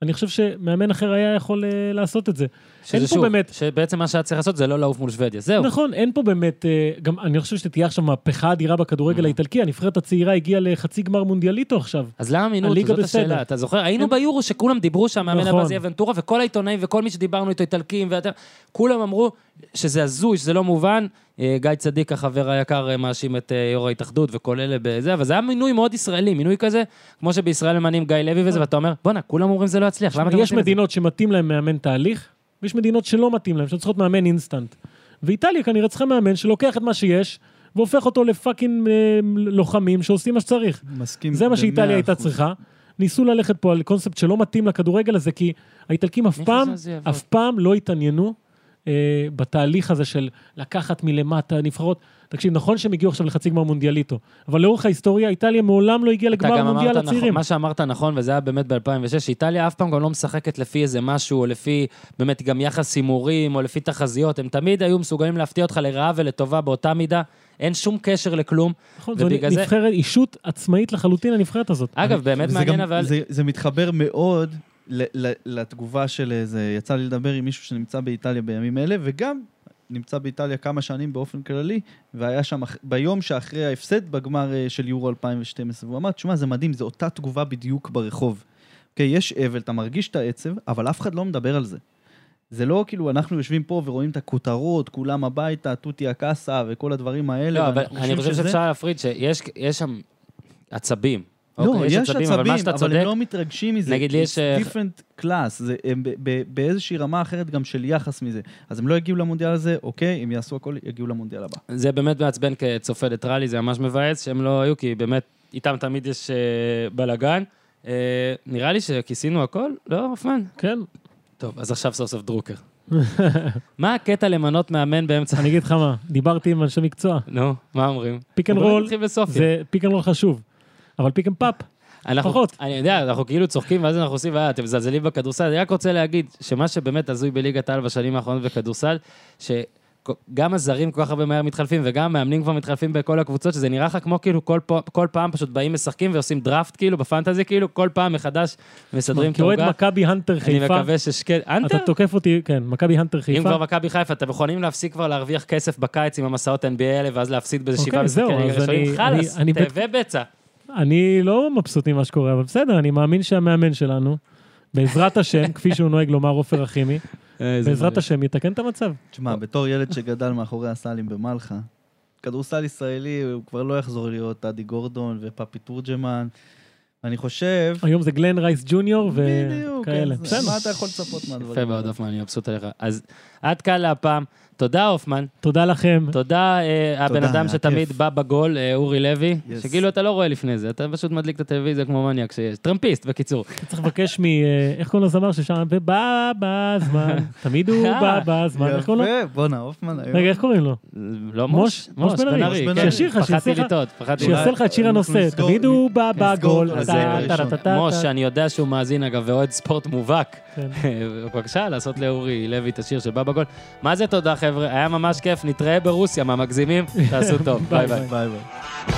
S3: אני חושב שמאמן אחר היה יכול אה, לעשות את זה.
S1: שזה
S3: אין פה
S1: שוב,
S3: באמת-
S1: שבעצם מה שהיה צריך לעשות זה לא לעוף מול שוודיה, זהו.
S3: נכון, אין פה באמת, אה, גם אני חושב שתהיה עכשיו מהפכה אדירה בכדורגל
S1: Mm.
S3: האיטלקי, הנבחרת הצעירה הגיעה לחצי גמר מונדיאליטו עכשיו.
S1: אז למה מינו אותו?
S3: הליגה
S1: זאת
S3: בסדר.
S1: השאלה. אתה זוכר? היינו
S3: הם-
S1: ביורו שכולם דיברו שהמאמן הבא
S3: נכון.
S1: זה יהיה ונטורה, וכל העיתונאים וכל מי שדיברנו איתו, איטלקים, ואתם, כולם אמרו שזה הזוי, שזה לא מובן. אה, גיא צדיק, החבר היקר, אה, מאשים את אה, יו"ר ההתאחדות וכל אלה בזה, אבל זה היה מינוי מאוד ישראלי, מינוי כזה, כמו שבישראל ממנים גיא לוי וזה, ואתה אומר, בואנה, כולם אומרים זה לא יצליח, למה אתם
S3: אה. יש
S1: עושים את זה?
S3: מדינות שמתאים להם מאמן תהליך, ויש מדינות שלא מתאים להם, שצריכות מאמן אינסטנט. ואיטליה כנראה צריכה מאמן שלוקח את מה שיש, והופך אותו לפאקינג אה, לוחמים שעושים מה שצריך.
S1: Mm.
S2: מסכים.
S3: זה מה שאיטליה
S2: במאה
S3: הייתה
S2: אחוז.
S3: צריכה. ניסו ללכת פה על קונספט שלא מתאים לכדורגל הזה, כי האיטלקים אף
S1: אני חושב
S3: פעם,
S1: שזה יעבוד.
S3: אף פעם לא התעניינו אה, בתהליך הזה של לקחת מלמטה נבחרות. תקשיב, נכון שהם הגיעו עכשיו לחצי גמר מונדיאליטו, אבל לאורך ההיסטוריה איטליה מעולם לא הגיעה
S1: אתה
S3: לגמר
S1: גם אמרת
S3: מונדיאל
S1: נכון,
S3: הצעירים.
S1: מה שאמרת נכון, וזה היה באמת ב-2006, שאיטליה אף פעם גם לא משחקת לפי איזה משהו, או לפי באמת גם יחס הימורים, או לפי תחזיות, הם תמיד היו מסוגלים להפתיע אותך לרעה ולטובה באותה מידה, אין שום קשר לכלום.
S3: נכון, זו
S1: ובגלל זה-
S3: נבחרת, אישות עצמאית לחלוטין, הנבחרת הזאת.
S1: אגב, באמת
S2: וזה
S1: מעניין,
S2: גם-
S1: אבל...
S2: זה- זה מתחבר מאוד ל- ל- לתגובה של איזה... יצא לי לדבר עם מישהו שנמצא באיטליה בימים אלה, וגם נמצא באיטליה כמה שנים באופן כללי, והיה שם אח- ביום שאחרי ההפסד בגמר אה, של יורו 2012, והוא אמר, תשמע, זה מדהים, זו אותה תגובה בדיוק ברחוב. אוקיי, יש אבל, אתה מרגיש את העצב, אבל אף אחד לא מדבר על זה. זה לא כאילו, אנחנו יושבים פה ורואים את הכותרות, כולם הביתה, תותי הקאסה וכל הדברים האלה.
S1: לא, אבל
S2: ואנחנו
S1: אני חושב
S2: שזה-
S1: שאפשר להפריד שיש יש שם עצבים.
S2: לא,
S1: אוקיי,
S2: יש עצבים,
S1: אבל מה שאתה
S2: אבל
S1: צודק,
S2: הם לא מתרגשים מזה.
S1: נגיד לי
S2: It's
S1: יש, אה,
S2: different class, זה, הם ב- ב- באיזושהי רמה אחרת גם של יחס מזה. אז הם לא יגיעו למונדיאל הזה, אוקיי, הם יעשו הכל, יגיעו למונדיאל הבא.
S1: זה באמת מעצבן כצופה ליטרלי, זה ממש מבאס שהם לא היו, כי באמת, איתם תמיד יש אה, בלאגן. אה, נראה לי שכיסינו הכל, לא, הופמן?
S3: כן,
S1: טוב, אז עכשיו סוף סוף
S3: [LAUGHS]
S1: דרוקר. מה הקטע למנות מאמן באמצע... [LAUGHS]
S3: אני אגיד לך מה, דיברתי עם אנשי מקצוע,
S1: נו, מה אומרים?
S3: פיק אנד
S1: בואו
S3: רול
S1: נתחיל בסופיה.
S3: זה פיק אנד רול חשוב, אבל פיק אנד פאפ,
S1: אנחנו-
S3: פחות.
S1: אני יודע, אנחנו כאילו צוחקים, ואז אנחנו עושים, "אה, אתם מזלזלים בכדורסל. אני רק רוצה להגיד שמה שבאמת הזוי בליגת העל בשנים האחרונות בכדורסל, ש... גם הזרים כל כך הרבה מהר מתחלפים, וגם מאמנים כבר מתחלפים בכל הקבוצות, שזה נראה לך כמו כאילו כל, פה, כל פעם פשוט באים משחקים ועושים דראפט כאילו בפנטזי, כאילו כל פעם מחדש מסדרים את
S3: כי אוהד
S1: העוגה.
S3: מכבי הנטר
S1: אני
S3: חיפה,
S1: מקווה ששקד... אנטר?
S3: אתה תוקף אותי, כן, מכבי הנטר
S1: אם
S3: חיפה.
S1: כבר מכבי חיפה, אתם יכולים להפסיק כבר להרוויח כסף בקיץ עם המסעות NBA האלה, ואז להפסיד באיזה
S3: אוקיי,
S1: שבעה משחקי
S3: זהו,
S1: ליגה
S3: אז אני-
S1: ראשונים? חלאס,
S3: אני- אני בט-
S1: תאבי בצע.
S3: אני לא מבסוט ממה שקורה, אבל בסדר, אני מאמין שהמאמן שלנו, בעזרת השם, כפי שהוא נוהג לומר
S2: [LAUGHS]
S3: עופר אחימי, בעזרת השם יתקן את המצב.
S2: תשמע,
S1: אוקיי.
S2: בתור ילד שגדל מאחורי הסלים במלחה, כדורסל ישראלי הוא כבר לא יחזור להיות אדי גורדון ופאפי תורג'מן. אני חושב...
S3: היום זה גלן רייס ג'וניור
S2: בדיוק,
S3: וכאלה.
S2: אז
S3: בסדר.
S2: מה אתה יכול לצפות מהדברים?
S1: אה, יפה מאוד, הופמן, אני מבסוט עליך. אז עד כאן להפעם. תודה, הופמן.
S3: תודה לכם.
S1: תודה, אה, הבן
S2: תודה,
S1: אדם
S2: היה
S1: שתמיד
S2: כיף.
S1: בא בגול, אה, אורי לוי,
S2: Yes.
S1: שכאילו אתה לא רואה לפני זה, אתה פשוט מדליק את הטלוויזיה כמו מניאק שיש. טרמפיסט, בקיצור.
S3: אתה צריך לבקש מ... אה, איך קוראים לזמר ששם? ובא
S2: [LAUGHS]
S3: בזמן. תמיד הוא בא בזמן. איך
S1: נכון?
S3: קוראים לו?
S2: יפה, בואנה, הופמן היום.
S3: רגע, איך קוראים לו?
S1: לא מוש?
S3: מוש בן ארי.
S2: מוש בן
S1: כן.
S2: ארי.
S3: שישיר לך,
S1: פחדתי
S3: שיעשה לך-
S1: לטעות, פחדתי
S2: שיעשה
S1: לטעות.
S3: שיעשה לך את שיר
S2: אנחנו
S3: הנושא.
S2: נסגור-
S3: תמיד הוא בא
S2: נסגור
S3: בגול.
S2: אותו
S1: לזה
S3: טה,
S2: ראשון.
S3: טה, טה, טה,
S1: אה, מוש,
S3: טה.
S1: אני יודע שהוא מאזין אגב, ואוהד ספורט מובהק.
S3: כן.
S1: [LAUGHS] בבקשה, לעשות לאורי לוי את השיר של בבא גול. [LAUGHS] מה זה תודה, חבר'ה? היה ממש כיף, נתראה ברוסיה, מהמגזימים, תעשו טוב, ביי ביי.
S2: ביי ביי.